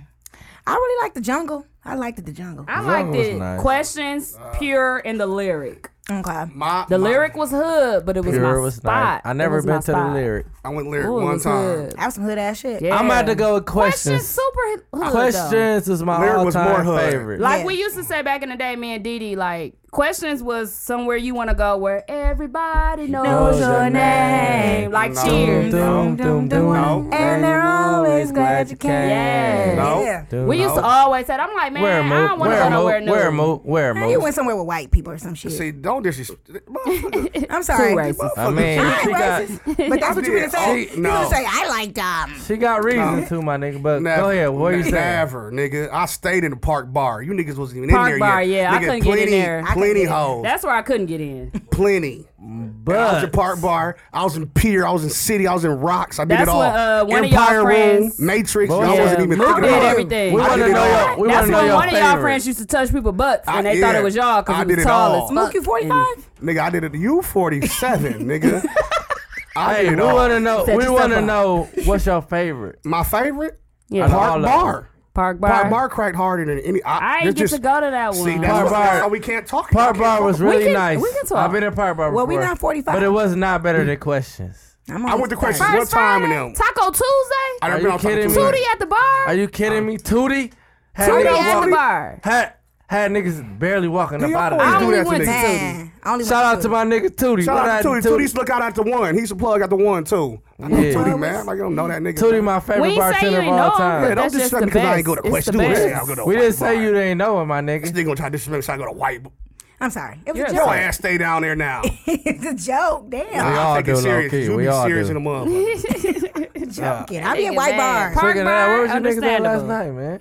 I really like the jungle. I liked the jungle.
I
Young
liked
was
it.
nice.
Questions, pure, and the lyric.
Okay.
My,
The
Uh, my-
lyric was hood, but it was
Pure
my
was nice.
spot.
I
It
never
was my
been to the
spot.
lyric.
I went lyric
Ooh, it
one
was
time.
hood.
That was some hood ass shit.
Yeah.
I'm about to go with
Questions,
questions.
super hood. though.
Questions is my
Lyric
all
was more
time
hood.
favorite.
Like
Yeah.
we used to say back in the day, me and Didi, like questions was somewhere you want to go where everybody knows,
Knows your
your
name.
name, like
No.
Cheers.
Dum, dum, dum.
No.
And they're always glad you came.
Yeah.
No.
Yeah.
Dum.
We used to always say, that. I'm like, man,
Wear a
I don't
moat,
want to
wear
go
a
nowhere
moat,
new.
wear a moat, wear a
Man, You
moat.
went somewhere with white people or some shit.
See, don't disrespect. Motherfucker.
I'm sorry.
Too racist.
I mean,
I
she
ain't
got
racist, but that's what you were gonna
Oh,
say. You
no.
were gonna say I like um, them.
she got reason to my nigga. But
Never,
go ahead, what you saying?
Never, nigga. I stayed in the park bar. You niggas wasn't even
Park
in there
bar,
yet.
yeah, I
Nigga,
couldn't get in
plenty,
there. I couldn't
Plenty
get in.
hoes.
That's where I couldn't get in.
plenty. I was in
But
Park Bar. I was in Pier. I was in City. I was in Rocks. I did
That's
it all.
what, uh, one of y'all
Empire Room,
friends-
Matrix.
Boy,
I
yeah,
wasn't even
Luke
thinking
did
about it.
everything.
we
I
want to
did it
know
all.
your. We want
That's
to know
when
your
one of y'all
favorite.
friends used to touch people butts,
I-
and they thought
yeah,
it was y'all
I
because you
did
was
it all.
tall as fuck.
Mookie 45.
Nigga, I did it. You 47, nigga. I
Hey,
did
we
it all.
want to know.
Set
We
yourself
want to
up.
know what's your favorite.
My favorite?
Yeah.
All
Park
of
Bar.
Park bar.
Park Bar cracked harder than any.
I
I,
ain't
it's
get
just,
to go to that
See,
one.
that's
Park
why-
Bar-
that's why we can't talk.
Park
about
bar
it.
was really
can-
nice.
we can talk.
I've been at Park bar before.
Well, we not 45.
But it was not better than questions.
I'm
I went to
always
Christmas
thirty.
one time and them.
Taco Tuesday.
I
Are
done
you
been on
kidding
top
me?
two
Tootie at the bar.
Are you kidding me? Tootie? Had
Tootie
niggas
at
walk-
the bar.
Had, had niggas barely walking up
He
out of there.
always do that to niggas.
Man, I only
Shout
went
out to my nigga Tootie.
Shout
What
out to
I
Tootie.
do,
Tootie's look out at the one. He's a plug at the one too. I know
Yeah.
Tootie, man. Like I don't know that nigga.
Tootie, my
We
favorite
ain't say you
bartender of
ain't
all
know him.
Yeah,
time.
don't
That's just
disrespect
the
me because I ain't go to
best. It's
question.
the
Do it.
best.
I'll go to
We
white
didn't say
bar.
you didn't know him, my
This
nigga.
nigga gonna try to disrespect. So I go to white. bar.
I'm sorry. It was
You're
a
a
joke.
Your ass stay down there now.
it's a joke. Damn.
We
I'll
all
take
do,
it
low
serious.
key.
You
We
be
all
serious
do.
in the motherfucker.
Joking. I'll be at White
Nigga,
Bar.
man. Park
Nigga,
bar,
now, where was your niggas at last
understandable.
night, man?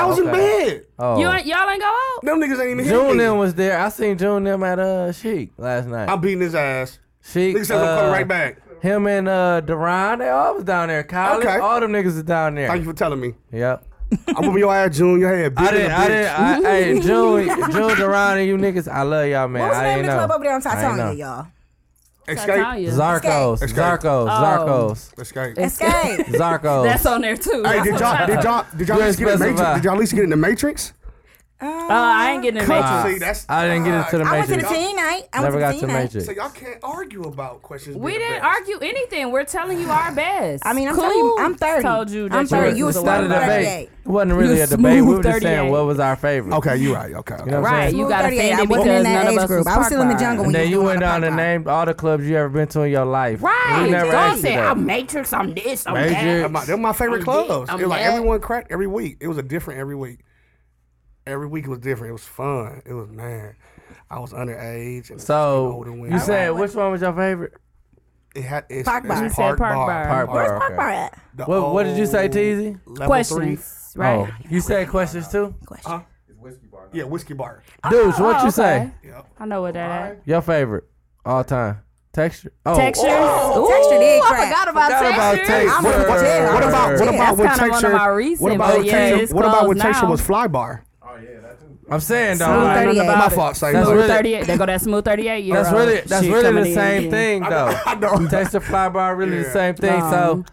Oh,
was in
okay.
bed.
Oh.
You ain't, y'all ain't go out?
Them niggas ain't even here.
June them was there. I seen June them at uh Sheik last night.
I'm beating his ass.
Sheik,
Nigga says I'm
uh,
coming right back.
Him and uh Duran, they all was down there. College,
Okay.
all them niggas is down there.
Thank you for telling me.
Yep.
I'm whooping your ass, June. Your head.
I didn't. I didn't. I, hey, June, June Duran, and you niggas, I love y'all, man.
What was the
I
name of
didn't
the
know.
club over there on
I ain't
Titonia,
know.
y'all?
Escape.
Tanya.
Zarcos,
Escape.
Oh.
Zarcos,
Escape.
Escape.
Zarcos, Zarcos.
That's on there too.
Hey, did y'all, did y'all, did y'all at least get in the Matrix?
specify.
Did y'all at least get in the Matrix?
Uh, I ain't getting in the
Uh,
matrix.
See, that's-
I didn't get into the
I
I went
Matrix.
to the teen night. I
Never
went
got
to the
to
teen night.
Matrix.
So y'all can't argue about questions.
We
being
didn't
best.
argue anything. We're telling you our best.
I mean, I'm telling you,
Cool
I'm 30.
Told you that
I'm 30.
yours
You
was
was
a
Not
lot
a
starting
better.
debate.
38.
It wasn't really
You
a debate. We were just
38.
saying what was our favorite.
Okay, you right. Okay. okay.
You know what I'm
Right,
saying?
you
Smooth
gotta
38.
fade
I
out
wasn't
because
in that
none of
age
us
group.
was
I was still in the
Park Bar.
jungle
And
when
then
you
you
was doing
went
all
down
the
and
Park Bar.
named all the clubs you ever been to in your life.
Right.
We never
Don't
asked
say
you
I'm
that.
Matrix, I'm this, I'm that.
Major.
They're my, they're my favorite clubs.
I'm
It was like
dead.
everyone cracked every week. It was a different every week. Every week was different. It was fun. It was man. I was underage. And
So
older women.
you said which one was your favorite?
it had it's,
Park
it's
Bar. You
said
Park
Park
Bar.
Bar.
Park
Bar.
Bar.
Park
okay.
Bar at?
The
What, what did you say,
old
Teasy?
level three.
Questions, right?
Oh, you said questions too?
Yeah, whiskey bar.
Dudes, what
Oh,
you
okay.
say?
I know what that is.
Your favorite all time. Texture. Oh,
Textures. Ooh,
Texture did
I
crack.
forgot about
Forgot about
textures.
texture.
I'm gonna
What, what-
Yeah.
what about what
that's
Yeah,
about when
kinda one of
Texture?
my recent,
What about
but
when
yeah,
Texture?
it's
What about when
closed
Texture
now.
was Fly Bar?
I'm saying though,
Smooth
like,
38.
My fault. Say
That's
that.
really-
Smooth 38. They go that smooth 38 year
that's
old
really that's
shit
really
coming
the
in.
same thing though.
I know.
Texture fly bar really the
Yeah.
same thing. So
Um,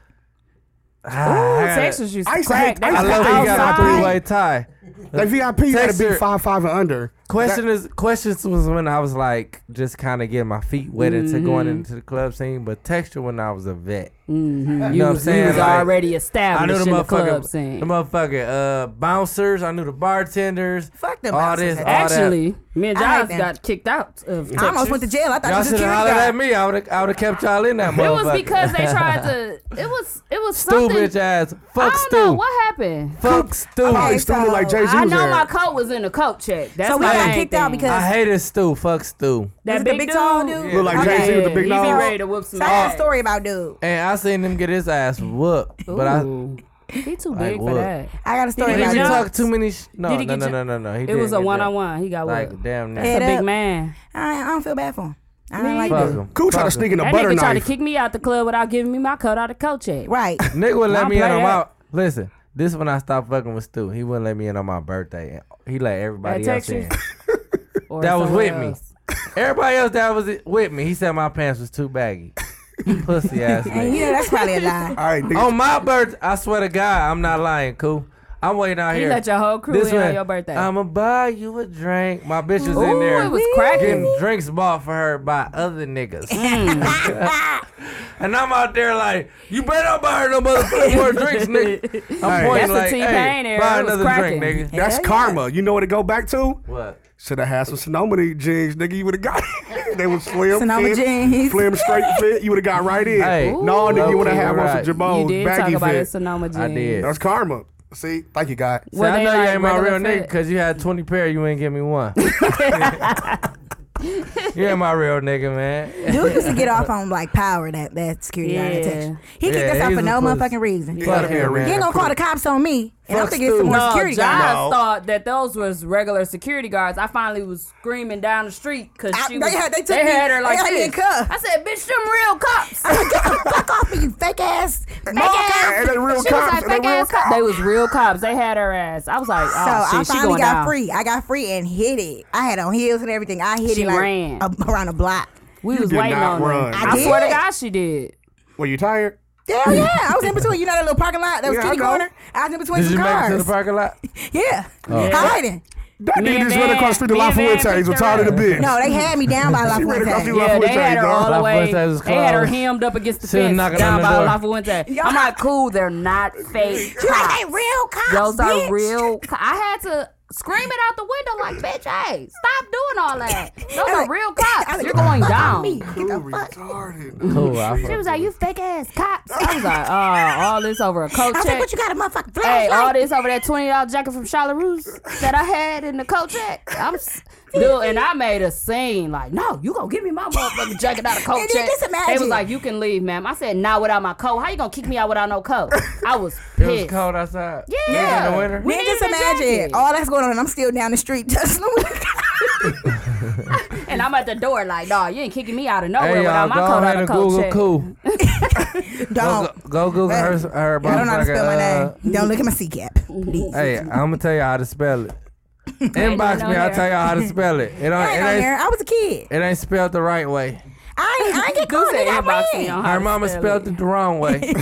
Ah, I
Ooh,
had it.
Texas used
I
to
used to hate-
crack. They
I
I
used to
love that you got a
outside.
three way tie.
Like VIP, you had to be
Texture.
five five and under.
Question is, questions was when I was like just kind of getting my feet wet into going into the club scene, but texture when I was a vet. You know what I'm
He
saying?
was
Like,
already
I knew
established
the
in the club
motherfucking,
scene.
the motherfucking uh, bouncers. I knew the bartenders.
Fuck them
All
bouncers.
this, all that.
Actually, me and
I like
Josh
them.
got kicked out of
I almost
Texas.
went to jail. I thought you
Y'all
was a
should
security
have hollered at
guard.
me. I would have, I would have kept y'all in that
It
motherfucker.
was because they tried to. It was. It was
Stu
something.
bitch ass.
I
Fuck
don't
Stu.
know what happened.
Fuck Stu.
Probably still look like Jay Z.
I know my coat was in the coat check. That's
So we
my
got
main
kicked out
thing.
because
I hated Stu. Fuck Stu.
that
was it the big tall dude.
Look like
Yeah,
Jay Z with the
he
big
be
nose.
ready to whoop some
So I got a
ass.
story about dude.
And I seen him get his ass whooped. But I.
Ooh. he too
Like
big
what?
for that.
I got a story
Did
Did
about
he
you-
dude.
talk too many? Sh- no,
Did he
no,
get
no,
you-
no, no,
It
no. He
was
didn't
a
get
one
that.
on one. He got
Like
whooped.
damn,
It's
near.
a
Head
big
up.
man.
I, I don't feel bad for him. I don't like
fuck
dude.
him.
Cool tried to
Fuck
sneak in a
That
butter
nigga tried to
knife.
kick me out the club without giving me my coat out of coat check.
Right.
him. Nigga wouldn't let
I'll
me in
play
on my.
that.
Listen, this when I stopped fucking with Stu. He wouldn't let me in on my birthday. He let everybody
At
else in.
Texas? Or
That was
somewhere
with me.
else.
Everybody else that was with me, he said my pants was too baggy. Pussy ass. nigga.
And you know, that's probably a lie.
All right, nigga.
On my birth, I swear to God, I'm not lying, cool. I'm waiting out
You
here.
let your whole crew in on your birthday.
I'ma buy you a drink. My bitch was in
Ooh,
there
it was cracking.
getting drinks bought for her by other niggas.
Mm.
and I'm out there like, you better not buy her no motherfucking more drinks, nigga. I'm
That's
pointing
the
like,
T-Pain
hey,
era.
buy
It was
another
cracking.
drink, nigga.
That's karma. You know what it go back to?
What?
Should have had some Sonoma jeans, nigga. You would have got it. they was slim,
Sonoma
fit,
jeans.
slim straight fit. You would have got right in.
Hey,
no, nigga, you would
low-key,
have had on
right.
You
some Jabos,
did talk
baggy
about
fit.
it, Sonoma jeans.
I did.
That's karma. See, thank you, God.
See,
Were
I
they
know you
like
ain't my real
regular
nigga
fit?
because you had 20 pair, you ain't give me one. you ain't my real nigga, man.
Dude used to get off on like power that that security guard
Yeah.
detection. He
Yeah,
kicked us
he
out for
was a
no
pussy.
motherfucking reason. You
Fuck
be a
him,
reason.
man.
ain't gonna call the cops on me. And I'm
Fuck
thinking it's some
Stu.
more
No,
security
Josh
guard.
No.
thought that those was regular security guards. I finally was screaming down the street because
I-
she
they
was,
had- they took me-
had her
they
like
had me in
this.
cuffs.
I said, "Bitch, them real cops."
I'm like, get the fuck off me, you fake ass. Fake ass.
And they real
she was
cops.
like,
and they
"Fake
real
ass cops." They was real cops. They had her ass. I was like,
So
"Oh
I
shit, she
finally
going
got
down."
free. I got free and hit it. I had on heels and everything. I hit
She
it like
ran.
a- around a block.
We was
did
waiting
not
on her.
run.
I,
I
swear to
did.
God, she did.
Were you tired?
Hell yeah! I was in between. You know that little parking lot that was
Yeah, I
kitty
know.
corner. I was in between
Did
some
you make it to the Oh.
cars.
parking lot?
Yeah, hiding.
That
Me
nigga
and
just ran
Van-
across the street to
me
La
and Van
Fuente's.
picked
I'm
her
tired of the
up.
bitch.
No, they had me down by La
She ran across the
Fuente.
La
Yeah, they had
Fuente,
her all
dog.
the
La
way.
Fuente's
They had her
closed.
hemmed up against the
She was
fence
knocking
down
on the
by
door.
La Fuente. I'm like, cool, they're not fake
You like they
cops.
real cops?
Those
bitch.
are real. co- I had to screaming out the window like, bitch, hey, stop doing all that. Those are
like-
real
I
cops.
like,
You're going
fuck on
down.
me. Get
Who
the fuck.
retarded?
Cool, I
She
fuck
was like, you fake ass cops. I was like, oh, all this over a coat
I was like,
check.
what you got a motherfucking
Hey, all
flashlight?
this over that twenty dollar jacket from Charlotte Roos that I had in the coat check. I'm s- dude, and I made a scene like, no, you gonna give me my motherfucking jacket out of coat
And then
check.
just
They was
imagine.
like, you can leave, ma'am. I said, not without my coat. How you gonna kick me out without no coat? I was
It was
pissed.
cold outside.
Yeah.
In the winter.
We
Man,
needed
just
a
imagine
jacket.
all that's going on, and I'm still down the street. Just
and I'm at the door like, nah, you ain't kicking me out of nowhere
Hey y'all,
without my
go
coat out
ahead
of
and
coat
Google
check.
cool. Go,
don't.
go, go Google her her
I don't know how to
motherfucker,
spell my
uh,
name. Don't look at my C cap, please.
Hey, I'm gonna tell y'all how to spell it. Inbox
no
me, I'll
hair.
tell y'all how to spell it. It don't,
I,
it
ain't on
ain't
there. I was a kid.
it ain't spelled the right way.
I ain't, I ain't get
Goose
caught.
said
nigga, I
inbox me
ran.
on how
Her
to
mama
spell
spelled
it.
it the wrong way.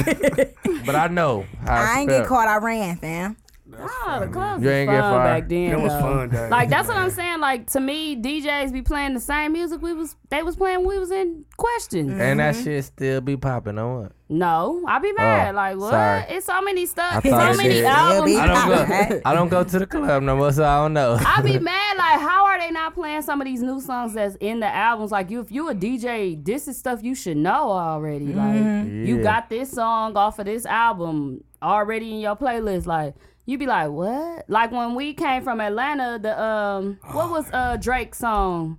but I know how to
I ain't
spell
get
it.
caught. I ran, fam.
Oh, the clubs
You
was
ain't
fun
get fired.
back then.
It was
though.
fun, Dave.
Like that's what I'm saying. Like to me, DJs be playing the same music we was they was playing when we was in questions.
And that shit still be popping on what?
No, I be mad.
Oh,
like what?
sorry.
It's so many stuff.
I thought
So
it
many
did.
albums.
Yeah,
I
I,
don't go.
Right.
I don't go to the club no more, so I don't know.
be mad. Like how are they not playing some of these new songs that's in the albums? Like you, if you a DJ, this is stuff you should know already. Like you
Yeah.
got this song off of this album already in your playlist. Like. You be like, what? Like when we came from Atlanta, the um, what
Oh,
was uh Drake's song,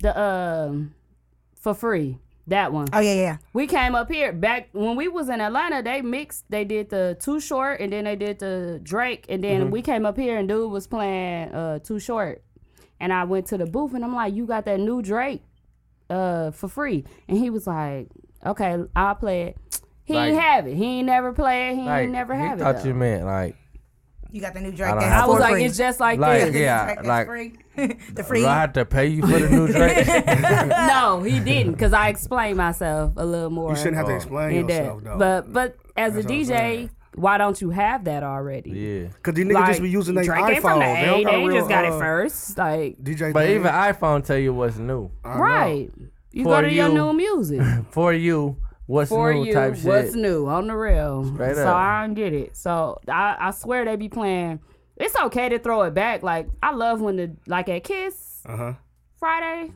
the um, for free that one.
Oh yeah, yeah.
We came up here back when we was in Atlanta. They mixed. They did the Too Short, and then they did the Drake, and
Mm-hmm.
then we came up here and dude was playing uh Too Short, and I went to the booth and I'm like, "You got that new Drake uh for free?" And he was like, "Okay, I'll play it." He ain't
Like-
have it. He ain't never play it. He
Like,
ain't never
he
have it.
thought
though.
you meant like,
You got the new Drake.
don't
that's
have-
I was
for
like,
free.
"It's just like,
like
this."
yeah,
That's
like
free. the free.
do I have to pay you for the new Drake?
no, he didn't, because I explained myself a little more.
You shouldn't have to explain
in that.
yourself, though.
oh, But but as
That's
a
what I'm
DJ,
saying.
why don't you have that already?
yeah,
Because these niggas just be using their
Drake ain't
iPhone.
From the
they don't
A,
got a
they
real,
just got
uh,
it first. Like
DJ
but
thing.
even iPhone tell you what's new
I know.
right. You
For
go to your
you.
new music.
for you. What's
For
new
you,
type
what's
shit?
new on the real?
Straight
so
up.
I don't get it. So I, I swear they be playing. It's okay to throw it back. Like I love when the like at Kiss
Uh-huh.
Friday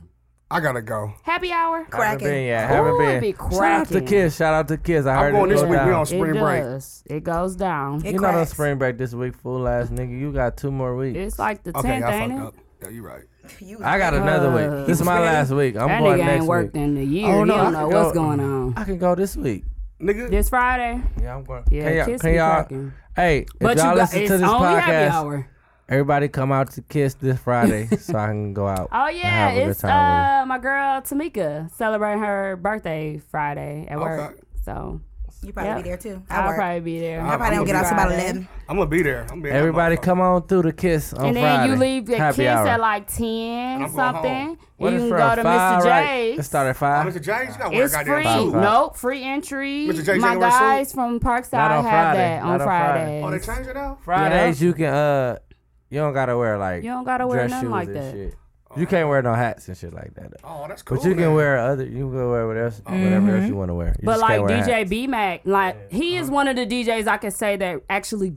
I gotta go.
Happy Hour.
Haven't been yet.
Ooh,
Haven't
it
been.
be
Shout out to
cracking.
Kiss. Shout out to Kiss. I
I'm
heard
going
it
this
go
week. We
down.
on
It
spring break.
does. It goes down.
It
You know the
cracks.
spring break this week, fool ass nigga. You got two more weeks.
It's like the
Okay,
tenth,
I
ain't
fucked
it?
up. Yeah, you right.
I got another week. This is my last week. I'm
That
going
nigga
next
ain't worked
week.
in a year.
Oh, no,
he
I
don't know
could
what's
go-
going on.
I can go this week.
Nigga,
This Friday.
Yeah, I'm going.
Yeah,
can y'all,
Kiss
can
be
y'all
cracking.
Hey, if
But
y'all
you got,
listen
it's
to this
only happy
podcast,
hour.
everybody come out to Kiss this Friday so I can go out.
Oh
and
yeah,
have a good
it's
time with you.
uh my girl Tamika celebrating her birthday Friday at work.
Okay.
So
You probably
Yeah.
be there too. I
I'll
work.
probably be there.
I probably don't get out till about
Friday.
eleven.
I'm gonna be there. I'm being
Everybody come on through to Kiss on
and then
Friday.
you leave the
Happy
kids
hour.
at like ten
I'm going
something.
home.
What
you
is
can
for
go
a
to Mr.
five,
J's.
Right? It start at
Oh,
five.
Mr. James, you gotta wear a
It's
goddamn
free.
suit.
Five.
Nope, free entry.
Mr. J's
My
ain't wear a suit?
guys from Parkside
Not
have
on Friday.
that on
Not on Friday.
Fridays.
Oh, they changed it now?
Fridays you can uh, you don't gotta wear like
You don't gotta wear
dress
nothing
shoes
like
and
that.
Shit. You can't wear no hats and shit like that. though.
Oh, that's cool.
But you
then.
can wear other. You can wear whatever else, whatever else you want to wear.
Mm-hmm.
You
But
just
like
can't wear
DJ
hats.
B Mac, like he
Uh-huh.
is one of the DJs I can say that actually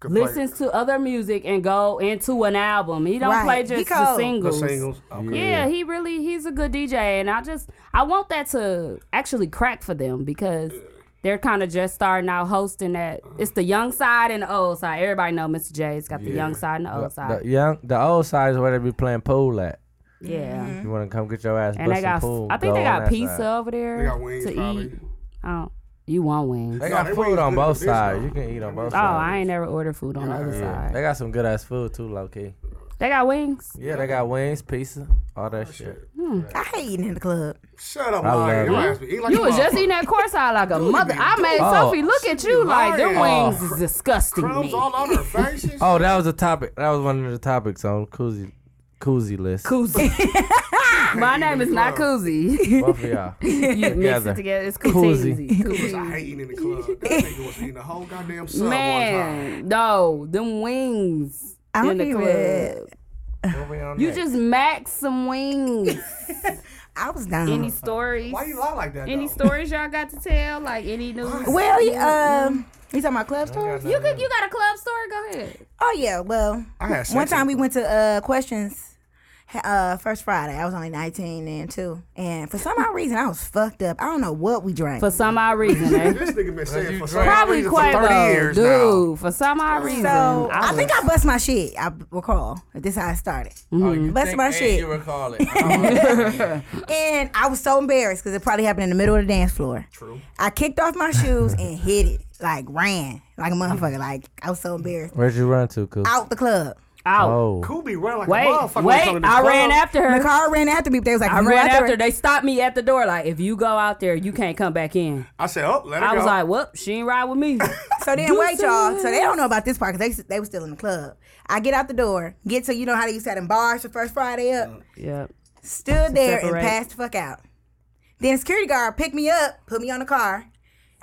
Could play
listens to other music and go into an album. He don't
Right.
play
He
just the
cold. The
the
singles.
singles. Okay.
Yeah, he really he's a good DJ, and I just I want that to actually crack for them because they're kind of just starting out hosting that. It's the young side and the old side. Everybody know Mr. J's got the young side and the old side.
The young, the old side is where they be playing pool at.
yeah,
You want to come get your ass
and they
busted
got
pool?
I think
go
they
on
got
that
pizza
side.
over there
They got wings,
to
probably.
eat. Oh, you want wings?
They
No,
got
they
food
wings
on
good as
both
this, though.
sides. You can eat on both
Oh, I
sides.
ain't never ordered food on the other side.
They got some good ass food too, low key.
They got wings.
Yeah, they got wings, pizza, all that Oh, shit.
I hate eating in the club.
Shut up,
I
Maya.
love
Your
it.
ass be eating like
You
a
was just
motherfucker.
eating that corsage like a mother. I made
Oh,
Sophie look at you like them
lying.
wings is disgusting. to
crumbs
me.
all on her faces.
Oh, that was a topic. That was one of the topics on Koozie, Koozie list.
Koozie. My name is not Koozie.
Both of y'all.
You mix
Together.
it together. It's
Koozie.
Koozie.
I
Koozie.
hate eating in the club. That nigga was eating the whole goddamn sub one time.
Man, no, them wings
I don't
in the
eat
club.
it.
What we on
You
next?
just max some wings.
I was down.
Any stories?
Why you lie like that?
Any
though?
stories y'all got to tell? Like any news?
well, he, um, you talking about club
I
stores?
got
You
nothing.
could. You got a club store? Go ahead.
Oh yeah. Well,
I had sex
one time
with-
we went to uh questions. ha- Uh, first Friday, I was only 19 then too, and for some odd reason I was fucked up. I don't know what we drank.
For some odd reason, eh?
This nigga been saying
you
for
drink.
some
probably
reason for
Quavo,
thirty years
dude.
now.
For some odd reason,
so I,
I, was,
think I bust my shit. I recall this is how it started,
Oh, you
That's
think-
my
and
shit.
You recall it. Oh,
and I was so embarrassed because it probably happened in the middle of the dance floor. True. I kicked off my shoes and hit it like ran like a motherfucker. Like I was so embarrassed
Where'd you run to, Coop?
out the club.
out.
Oh,
Cool be running like a
Wait,
motherfucker.
wait! I ran after her.
Nicole ran after me. They was like,
I
"You
ran
out
after.
there?"
They stopped me at the door. Like, if you go out there, you can't come back in.
I said, oh, let her
I
go.
was like, "Whoop, she ain't ride with me."
So then
Do
wait, y'all. So
something.
they don't know about this part because they they were still in the club. I get out the door, get to you know how they used to have them bars for first Friday up.
yep.
Stood there
separate.
and passed the fuck out. Then the security guard picked me up, put me on the car.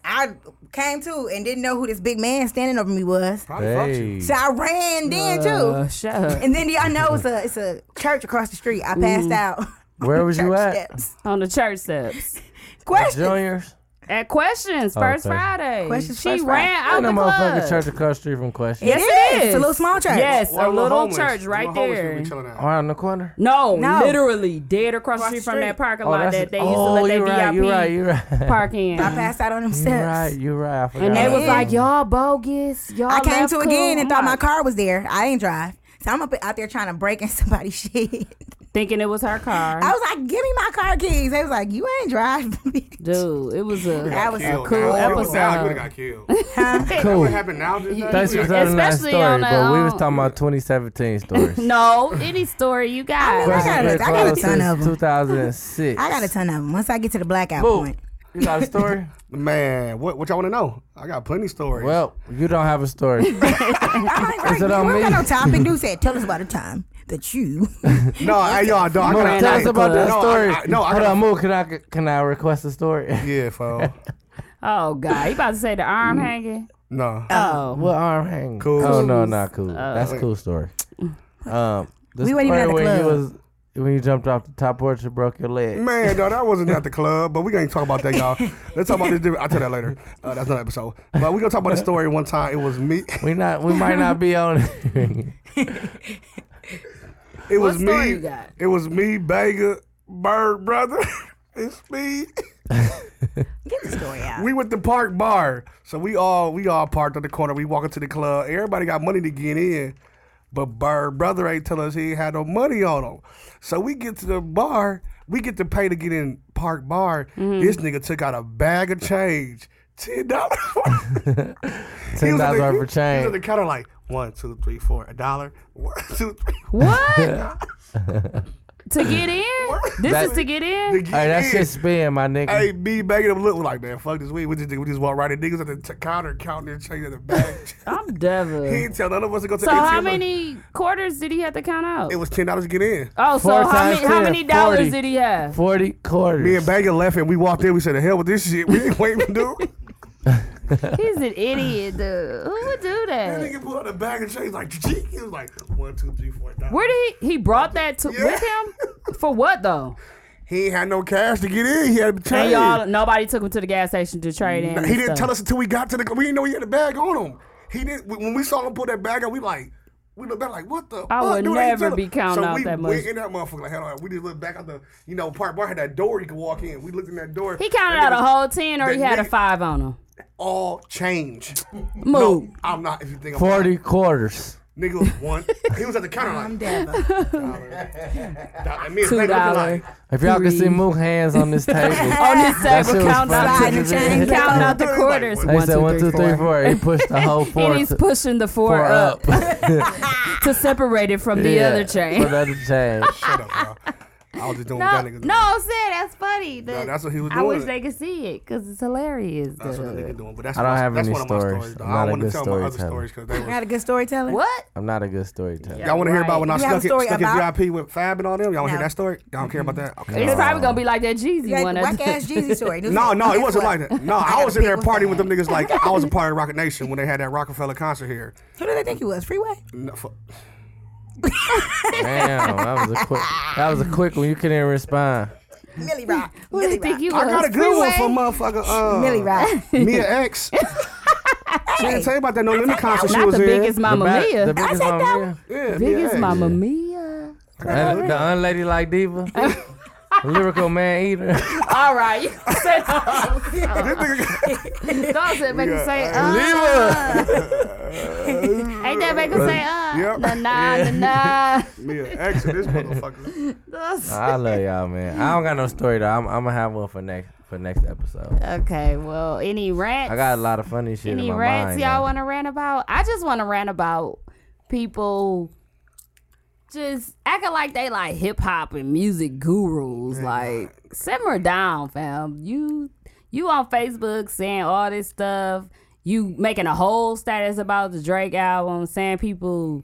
I came to and didn't know who this big man standing over me was.
Probably fucked you.
hey.
So I ran then
Uh,
too.
shut up.
And then y'all know it's a it's a church across the street. I passed out. on
Where
the
was you
church
at?
Steps.
On the church steps.
Question.
Juniors.
At questions,
Oh,
first
okay.
Friday.
Questions
she
First Friday.
ran
I
out
know
the
motherfucking
club.
church across the street from question.
Yes,
It
it
is.
is.
It's a little small church.
Yes, a
Well,
little
homeless-
church right
well, homeless people
there.
chilling out.
Oh, on the corner.
No,
No.
literally dead across the street from
street.
that parking
Oh,
lot
that's
that they
it.
used to
Oh,
let their
you right,
VIP
you right, you right.
park in.
I passed out on them
You
steps.
right. You right. I forgot.
And they
about
was
that.
like, "Y'all bogus. Y'all."
I came
left
to
cool."
again and
I'm
thought my
like,
car was there. I ain't drive. So I'm up out there trying to break in somebody's shit.
thinking it was her car.
I was like, give me my car keys. They was like, you ain't drive. bitch."
Dude, it was a
That was
Killed.
cool
Now, if it was down, You
episode.
would have got killed. That
cool.
would happen now. just now,
That's
you
just
would've got
not a nice
Especially
story,
on the,
but we was
um,
talking about 2017 stories.
no. Any story you got?
I got a- I got a
Closed
ton of
since 2006.
I got a ton of them. Once I get to the blackout
Boo.
point.
You got a story?
killed. Man, what what y'all want to know? I got plenty of stories.
well, you don't have a story.
I'm like, "Great,
it on
we don't
me?
got no topic. Dude said, tell us about a time that you.
no, hey, y'all, dog, I
Mo,
gotta
tell
hey,
us about that
no, I-
story.
I- No, I
hold on,
got.
Mo. Can I can I request a story?
Yeah, fool.
Oh God, you about to say the arm hanging?
No.
Oh,
What arm hang?
Cool.
Oh no, not cool.
Uh,
That's a cool story. Um, the
We weren't
story
even at the
when you
club.
was when you jumped off the top porch and broke your leg.
Man, no, that wasn't at the club, but we ain't talk about that, y'all. Let's talk about this. Different, I'll tell that later. Uh, that's another episode. But we gonna talk about the story one time. It was me.
We not we might not be on. it.
It was
story
me.
you got?
It was me, Bega, Bird Brother, and Speed.
get the story out.
We went to Park Bar, so we all we all parked on the corner. We walk into the club. Everybody got money to get in, but Bird Brother ain't tell us he ain't had no money on him. So we get to the bar. We get to pay to get in Park Bar.
Mm-hmm.
This nigga took out a bag of change, ten dollars.
Ten dollars
He
worth of
was at
change.
the counter like one, two, three, four, a dollar. One, two, three. four.
what? to get in? This is
That-
to get
To
in.
get
Hey, that
in.
shit spin, my nigga.
Hey, me bagging them look like man, fuck this weed. We just we just walk right in niggas at the t- counter counting their change in the bag.
I'm
he
devil.
didn't tell none of us to go to
So
ATM.
how many quarters did he have to count out?
It was ten dollars to get in.
Oh, so
Four
how
times
many, how
10,
many dollars
40.
did he have?
Forty
Me and
quarters.
Banger left and we walked in. We said, "The hell with this shit. We ain't waiting for dude."
He's an idiot, dude. Who would do that?
That nigga pulled out a bag of change like, "Gee." he was like one, two, three, four. Nine.
Where did he? He brought that to with him for what though?
He ain't had no cash to get in. He had a
And
change.
y'all, nobody took him to the gas station to trade in.
he didn't tell us until we got to the. We didn't know he had a bag on him. He didn't. When we saw him pull that bag out, we like. We looked back like, what the?
I
fuck,
would
dude, they
never
tell
be
us.
counting
so
out
we
that
went
much.
in that motherfucker. Like, hold on. We just looked back at the, you know, park bar had that door you could walk in. We looked in that door.
He counted
That
out a
nigga-
whole ten, or
that
he had a
nigga-
five on him.
All change.
Move.
No, I'm not. If you think I'm
Forty quarters.
Nigga was one. He was at the counter like,
I'm Deva.
"Nah, me and
Two
Blake looking
dollar
like,
If y'all can see
Three.
Mook hands on this table.
on his
That shit
table,
was
count
funny.
out,
Sliding
counting
chain.
out the
Like,
quarters.
what?
They
One,
said one, two, three,
four.
four. He pushed the whole four.
And he's
to-
pushing the four,
four
up, to separate it from the
Yeah,
other
For
chain.
the other chain.
Shut up, bro. I was just doing
No,
what that nigga.
no, I'm saying that's funny.
No,
that-
that's what he was
I wish
doing.
they could see it because it's hilarious.
That's what that
dude.
nigga doing. But that's
I don't
one-
have
that's
any
one of my
stories.
stories. though.
I'm
I
not
don't
a
want to
good
tell my other
storyteller.
stories because they were.
Not a good storyteller.
What?
I'm not a good storyteller.
Y'all want to hear
right.
about when I
You have a
stuck, it,
story
stuck
about-
his VIP with Fab and all them? Y'all want to
No.
hear that story? Y'all don't care about that? Okay.
It's probably gonna be like that Jeezy
You had
one.
the
I-
whack ass Jeezy story. This
No,
is-
no, it
guess
wasn't
what?
like that. No, I
gotta
was in there
pick what's
partying with
bad.
them niggas like I was a part of Rocket Nation when they had that Rockefeller concert here.
Who did they think he was? Freeway?
No, fu-
Damn, that was a quick. That was a quick one. You couldn't even respond.
Millie Rock.
Who do
Millie
you think
Rock.
you
I
was?
got a good one
Freeway?
for motherfucker. Uh,
Millie Rock.
Mia X. She didn't tell you about that No Limit concert she
Not
was
the
in.
biggest Mama
the ba-
Mia.
The biggest
said
mama
that
Mia.
yeah, Mia
biggest
X.
Mama Mia.
And the unladylike diva. Lyrical man eater.
All right. Does it make you say, uh, ain't that make you say, uh,
Yep.
na na na na?
Mia X and this motherfucker.
Does-
I love y'all, man. I don't got no story though. I'm, I'm gonna have one for next for next episode.
Okay, well, any rants?
I got a lot of funny shit
Any
in my
rants
mind.
y'all
though.
want to rant about? I just want to rant about people just acting like they like hip hop and music gurus. Like simmer down, fam. You you on Facebook saying all this stuff. You making a whole status about the Drake album, saying people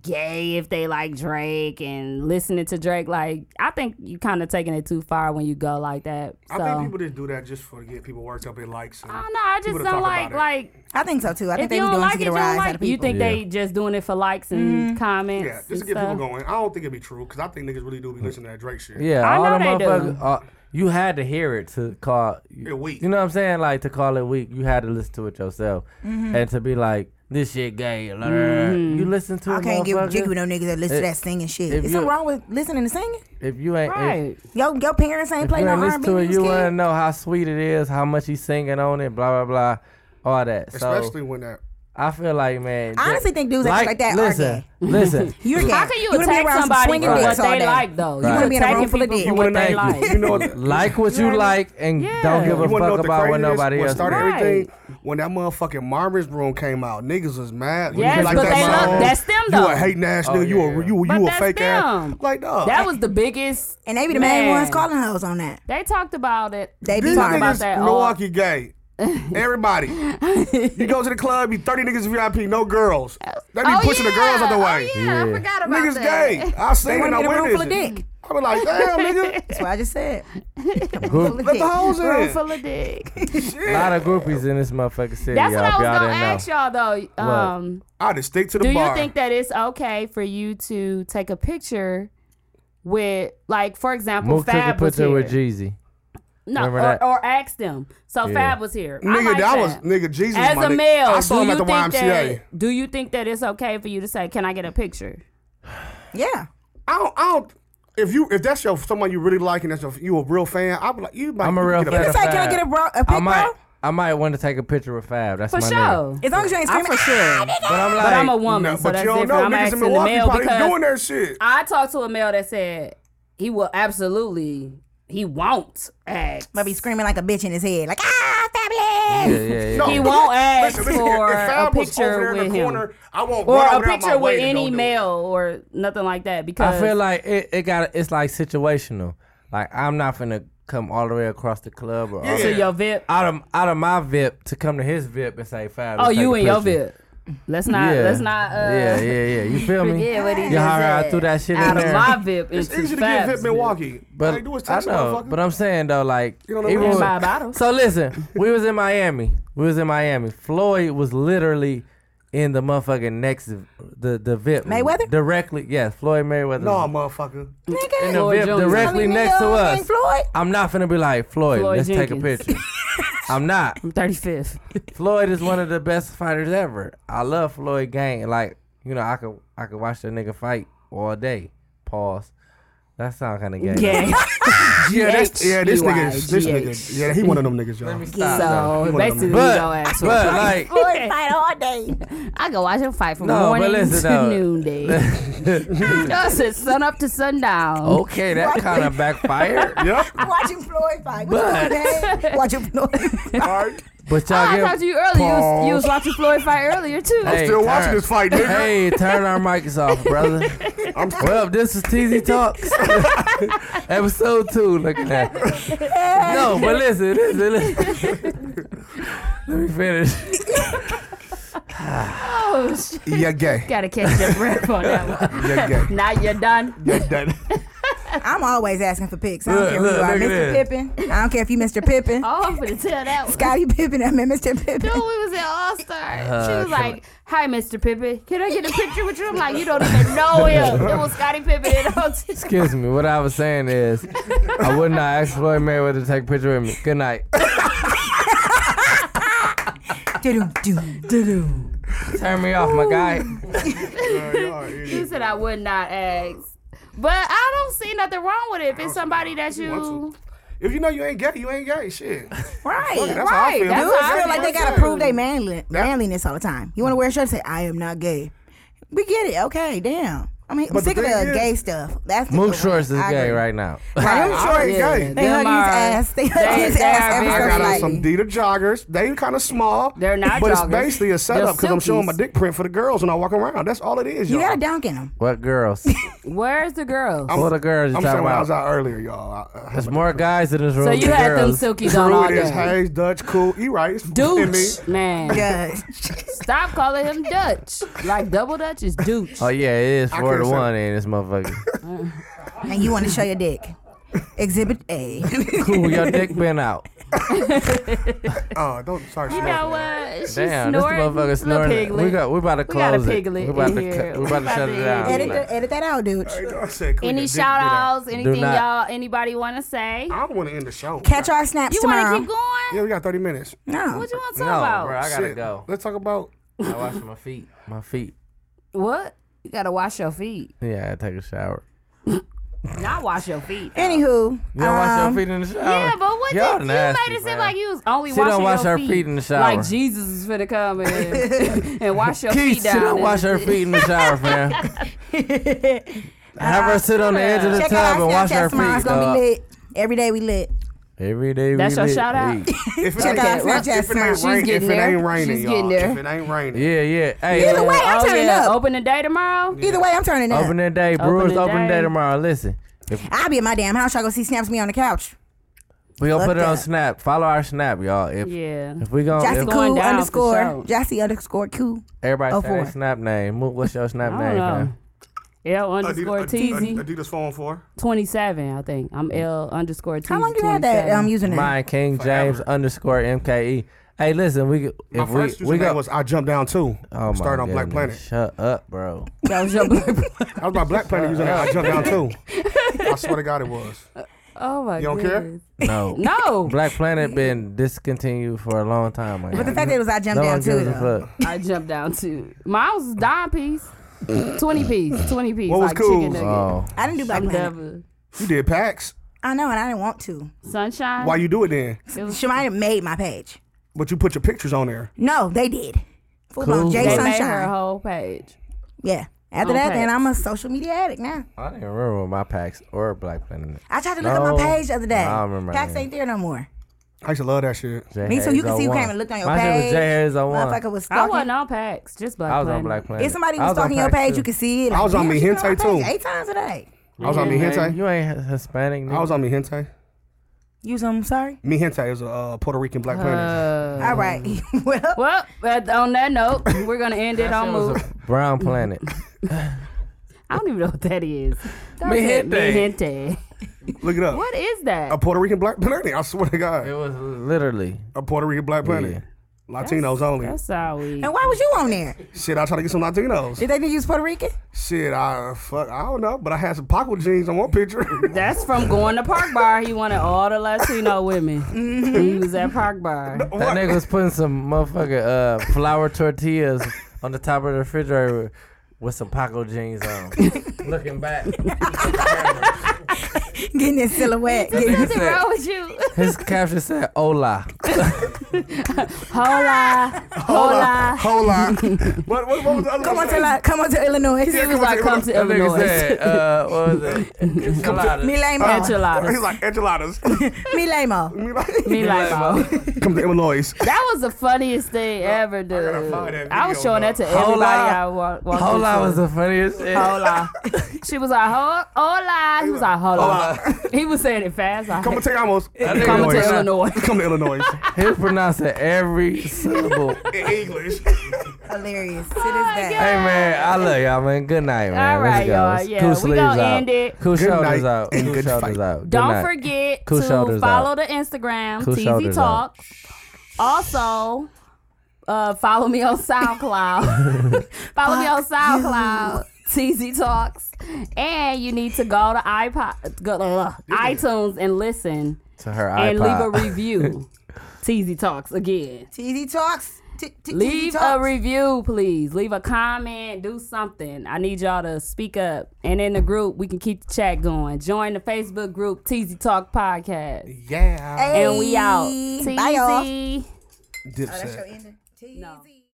gay if they like Drake and listening to Drake. Like I think you kind of taking it too far when you go like that. So.
I think people just do that just for to get people worked up in likes. And
I don't know. I just
people to
don't
talk
like
about it.
like
I think so too. I think
if
they
you
be
don't
doing
like
to
it,
get
you
a
don't
rise out
like
of
it. You
people. Mm.
think
Yeah.
they just doing it for likes and comments?
Yeah, just to
and
get people
stuff?
going. I don't think it'd be true because I think niggas really do be listening to that Drake shit.
Mm. Yeah,
I
all the
know they do.
motherfuckers. Uh, you had to hear it to call
It weak.
You know what I'm saying? Like to call it weak, you had to listen to it yourself, and to be like, "This shit gay." blah, blah, blah. You listen to
I
it,
can't get
motherfucker.
jiggy with no niggas that listen
If-
to that singing shit.
if
Is
you-
something wrong with listening to singing?
If you ain't,
Right.
if,
Yo, your parents ain't
if you
playing no
ain't listen
R&B
to it,
when you
you
was
wanna
kid.
know how sweet it is, how much he's singing on it, blah blah blah, all that. So
Especially when that.
I feel like, man,
I honestly think dudes that act like that are
Listen,
gay.
listen.
You're gay.
How can you,
wanna be
attack
around some
somebody
swinging
for what
dicks all
they
day.
like though?
Right.
You
wanna
be in a
attacking
room full of
people
dicks.
for
You
what they
wanna-
like?
You know what?
Like what you like and
Yeah.
don't give
You
a
wanna know
fuck
what the
about what
craziest-
nobody
what
else.
started
thinks.
Right.
everything when that motherfucking Marvin's room came out. Niggas was mad. When
Yes,
you like
but
that
they
song,
love- that's them, though.
You a hating ass
Oh,
nigga. You
yeah.
a you
But
you a
that's
fake
them.
ass. Like dog.
That was the biggest.
And they be the main
Man.
ones calling hoes on that.
They talked about it.
They be
These
talking about
niggas,
about that all-
Milwaukee gay. Everybody. you go to the club, you 30 niggas VIP, no girls. They be
Oh,
pushing the girls out the
yeah. Oh,
way.
Yeah, I forgot about
Niggas
that.
gay. I seen it,
wanna
I
get a room
witnessed
full of
it. I be like, damn, nigga.
That's what I just said.
Group,
Let the hoes
Room
in.
full of dick.
a lot of groupies in this motherfucking city.
That's
y'all,
what I
if
was
y'all
gonna
didn't know.
ask y'all though. Um,
I just stick to the
do
bar.
you think that it's okay for you to take a picture with, like, for example,
Mook took a
Fab was
picture
here?
with Jeezy.
No,
Remember
or,
that?
or ask them. So
Yeah.
Fab was here. I
Nigga,
like
that was
that.
nigga Jesus.
As
my
a
nigga.
male,
I saw
do
him
you
at the
think
YMCA.
that? Do you think that it's okay for you to say, "Can I get a picture"?
Yeah.
I don't, I don't. If you, if that's your someone you really like and that's your, you a real fan, I be like, you. Might,
I'm a
you
real
get
fan.
It's like, can I get a, bro, a pic,
I might,
bro?
I might want to take a picture with Fab. That's
For
my
sure.
nigga.
As long as you ain't
I'm
screaming.
for sure. But
But I'm like,
I'm a woman,
No,
so
but
that's
you don't
different.
know.
I'm
niggas in
asking the
Milwaukee
male
probably
because
doing that shit.
I talked to a male that said he will absolutely, he won't ask.
But be screaming like a bitch in his head. Like, ah, fabulous.
yeah, yeah, yeah.
No.
He won't ask
Listen, listen,
for
if
a
Fab was
picture
over there in
with
the
him
corner, I won't
or
run
a
over there out my
picture
way
with
to go
any
do it.
male or nothing like that. Because
I feel like it, it got it's like situational. Like I'm not finna come all the way across the club or all
Yeah.
to your VIP.
out of out of my VIP to come to his VIP and say Fab.
Oh,
let's take
you
a
and your
picture."
VIP. Let's not.
Yeah.
Let's not. Uh,
yeah, yeah, yeah. You feel me?
Forget what he
you
just
holler out
said.
through that shit in
out of
there.
my VIP.
It's easy to get Vip Milwaukee.
But
All they do is
I
text
know,
motherfucker.
but I'm saying though, like
You don't know
even
what
when-
Buy a bottle.
so listen, we was in Miami. We was in Miami. Floyd was literally in the motherfucking next the the VIP
Mayweather?
directly. Yes, Floyd Mayweather.
no, motherfucker.
in the
Floyd
VIP
Jones.
directly
Nigga,
next to
you
us.
ain't Floyd.
I'm not finna be like Floyd.
Floyd
let's take
Jenkins.
a picture. I'm not.
Thirty fifth.
Floyd is one of the best fighters ever. I love Floyd Gang. Like, you know, I could I could watch that nigga fight all day. Pause. That sound kind of gay.
Yeah.
Yeah, that's, yeah, this nigga,
G-H.
this nigga, yeah, he one of them niggas,
Let me
y'all.
stop.
So
though.
them.
basically, you
But-
don't ask.
but like,
Floyd fight all day.
I go watch him fight from
No, but
morning
listen,
to
though.
noonday. Just it's sun up to
Oh,
sundown.
okay, that kind of backfired.
Yep.
Watching Floyd fight. What's going on, Watching Floyd.
Alright.
But
Oh, I
y'all
talked to
get.
you earlier. You was, you was watching Floyd fight earlier too.
Hey,
Still watching
turn-
this fight, nigga.
Hey, turn our mics off, brother.
I'm still.
Well, this is TZ Talks. Episode two, look at that. No, but listen, listen, listen. Let me finish.
Oh, shit.
Yeah, gay.
gotta catch your breath on that one.
Yeah, gay.
now you're done.
Yeah, that.
I'm always asking for pics. I don't
Look,
care who
look,
you are,
look
Mr.
at
Pippin. I don't care if you Mr. Pippin,
Oh, I'm gonna tell that one.
Scotty Pippin. I mean Mr. Pippin.
Dude, we was at All Star. she
Uh,
was
can
like, "Hi, Mr. Pippin. Can I get a picture with you?" I'm like, "You don't even know him. It was Scotty Pippen." And I was just-
Excuse me. What I was saying is, I would not ask Floyd Mayweather to take a picture with me. Good night.
Do-do, do, do-do.
Turn me off, my guy.
you said I would not ask, but I don't see nothing wrong with it. If it's somebody that you,
If you know you ain't gay, you ain't gay. Shit.
Right.
Fuck it, that's how I feel.
that's
Dudes
how I
feel like they
feel.
gotta prove their manli- manliness all the time. You want to wear a shirt, say I am not gay. We get it. Okay, damn. I mean, I'm
But the
sick of
thing
the
is-
gay stuff. That's the
Mook
good
Shorts
one.
is
I
gay
agree.
right now.
Right, them
I ain't
shorts.
gay.
They hug
Them
his
are-
ass. They hug
they-
his
they
ass
are
every
big.
so
I got on
slightly.
some Dita joggers. They kind of small.
They're not
But
joggers.
it's basically a setup because I'm showing my
silkies.
dick print for the girls when I walk around. That's all it is,
you
y'all.
got a dunk in them.
What girls?
where's the girls?
what the girls you
I'm
talking
saying when I was
about?
out earlier, y'all. I, I,
There's more guys in this room
so
than
you had them
girls.
silkies on
True
all
it is.
day.
Hayes, Dutch, cool. You right. It's in me.
Dooch, man.
Yes.
Stop calling him Dutch. Like double Dutch is Dooch.
Oh yeah, it is four to
could've said-
one in this motherfucker.
and you want to show your dick. Exhibit A.
cool, your dick been out.
Oh, don't start
You
smoking.
know what? She's
Damn, this
snoring.
motherfucker
Little
snoring.
piglet.
We got, we about to
We got a
close it.
piglet
We about
in
to,
here.
cut, we about to shut it down.
edit, the, edit that out, dude.
I said, cool,
Any
your dick
shout
been out.
outs? Anything
not-
y'all? Anybody want to say?
I don't want to end the show.
Catch our snaps
You want to
tomorrow.
keep going?
Yeah, we got 30 minutes.
No.
What you want to
No,
talk about?
bro, I gotta
Shit.
go.
Let's talk about.
I wash my feet. My feet.
What? You gotta wash your feet.
Yeah, I take a shower.
Not wash your feet. though.
Anywho,
You don't wash
um,
your feet in the shower.
Yeah, but what
Y'all
did you
nasty,
made it seem
fam.
like you was only
She
washing
don't wash
your
her
feet.
feet in the shower.
Like Jesus is finna come and, and wash your
Keith,
feet
she
down.
don't
there.
wash her feet in the shower, fam. Have her sit on the edge of the
check out
tub
our
and wash
Snapchat
her
tomorrow. It's
feet.
gonna
dog.
be lit. Every day we lit.
Every day we
That's your
lit.
shout out?
Hey.
If it
Check out
ain't,
our Snapchat
if it
tomorrow.
ain't,
She's
rain, if
getting
it
there.
ain't raining,
She's
y'all.
getting there.
If it ain't raining.
Yeah, yeah. Hey,
Either
man,
way, I'm
oh,
turning
yeah.
up.
Open the day tomorrow.
Either way, I'm turning up.
open that day. Brewers
the
open
day.
day tomorrow. Listen, if
I'll be in my damn house. Y'all gonna see snaps of me on the couch.
we gonna
Fuck
put it on
that.
Snap. Follow our Snap, y'all. If
Yeah.
if we gonna
Jassy
if
going
cool
down for
underscore
sure.
Jassy underscore cool.
everybody
Oh,
say their
four.
Snap name, Mook, what's your Snap
I don't
name,
know.
fam?
L underscore
Adidas, Adidas,
TZ
Adidas phone for.
27, I think. I'm L underscore TZ.
How long you had that um username?
Mine King
Forever.
James underscore MKE. Hey, listen, we if
My
we
first
we
username
go.
was I jumped down too.
Oh my
Start on Black
goodness.
Planet.
Shut up, bro.
that was your
That was my Black Planet username. I jumped down too. I swear to God, it was.
Oh my
You don't care?
goodness.
No.
No.
Black Planet been discontinued for a long time. My
But the
guy.
fact that it was I jumped
no
down
one
too.
gives a
though.
fuck.
I jumped down to mine was dime piece. Twenty piece. Twenty piece.
What was
like chicken
Cool's?
nugget.
Oh,
I didn't do Black
I'm
Planet.
never
You did packs.
I know, and I didn't want to.
sunshine.
Why you do it then?
Shemaya made my page.
But you put your pictures on there.
No, they did. Full blown
Cool.
Jay
they made her
Sunshine.
whole page.
Yeah. After
On
that, then
packs.
I'm a social media addict now.
I didn't remember my packs or Black Planet.
I tried to look at
No.
my page the other day.
I remember
Packs
that.
ain't there no more.
I used to love that shit.
Jay
Me too. You
Hayes
can see who
01.
came and looked on your
my shit was
page.
Jay Harris on one.
Motherfucker was
I wasn't
stalking.
on packs, just black.
I was on
Planet.
Black Planet.
If somebody
I
was stalking
on
your
Packs,
page,
too.
you could see it.
I was on
Damn,
Mi
she been my
Hente, too.
page Eight times a day.
I was on Mi Hente.
You ain't Hispanic. Nigga.
I was on Mi Hente.
You some sorry?
Mi Hente is a uh, Puerto Rican Black Planet.
Uh,
All right. well,
well, but on that note, we're gonna end it on
It
move.
was a brown
Mm-hmm.
planet.
I don't even know what that is. Don't
Mi
say Mi
gente.
gente.
Look it up.
What is that?
A Puerto Rican Black Planet. I swear to
it
God.
was literally.
A Puerto Rican Black Planet.
Yeah.
Latinos only.
That's how we.
and why was you on there?
Shit, I try to get some Latinos.
Did they think you was Puerto Rican?
Shit, I fuck, I don't know, but I had some Paco jeans on one picture.
That's from going to Park Bar. He wanted all the Latino women.
Mm-hmm.
He was at Park Bar.
That nigga was putting some motherfucking uh, flour tortillas on the top of the refrigerator with some Paco jeans on. Looking back,
Getting in silhouette. Getting,
What's wrong with you?
his caption said "Hola."
Hola, hola.
Hold on. what, what, what was the other
come
one?
on to La- come on to Illinois.
This is why I come to
That nigga
Illinois.
said, uh, "What was it?"
Me
Enchiladas.
lame
He's
Enchiladas.
like enchiladas.
Me lame
Me like-
Me like, oh.
Come to Illinois.
That was the funniest thing ever, dude.
find that
I was
video,
showing that to
bro.
everybody
Hola.
I wa- walked
Hola
into.
was the funniest shit.
hola. She was like, "Ho- hola. He was like, hola. He was saying it fast. I
Come
hate-
to Tegamos.
nigga
Come to
was-
Illinois.
Come to Illinois.
He was pronouncing every syllable.
in English.
Hilarious. It is that.
Hey man, I love y'all, man. Good night, man.
All
Let's
right,
go.
y'all.
It's
Yeah,
cool
we
sleeves
gonna
out.
end it.
Cool
Good
shoulders
night
out.
and
cool
good
shoulders
fight.
out. Good
Don't
night.
forget
Cool
to
shoulders
follow
out.
the Instagram,
Cool
TZ
shoulders
Talk. Also, uh, follow me on SoundCloud. follow me on SoundCloud, TZ Talks. And you need to go to iPod, go, uh, iTunes and listen
to her
and leave
iPod.
a review. TZ Talks again.
TZ Talks. T- T-
Leave
TZ
a
Talks.
review, please. Leave a comment. Do something. I need y'all to speak up. And in the group, we can keep the chat going. Join the Facebook group, TZ Talk Podcast.
Yeah.
Hey.
And we out.
Bye, y'all.
TZ.
Dipset.
That's Oh, your ending? TZ.
No.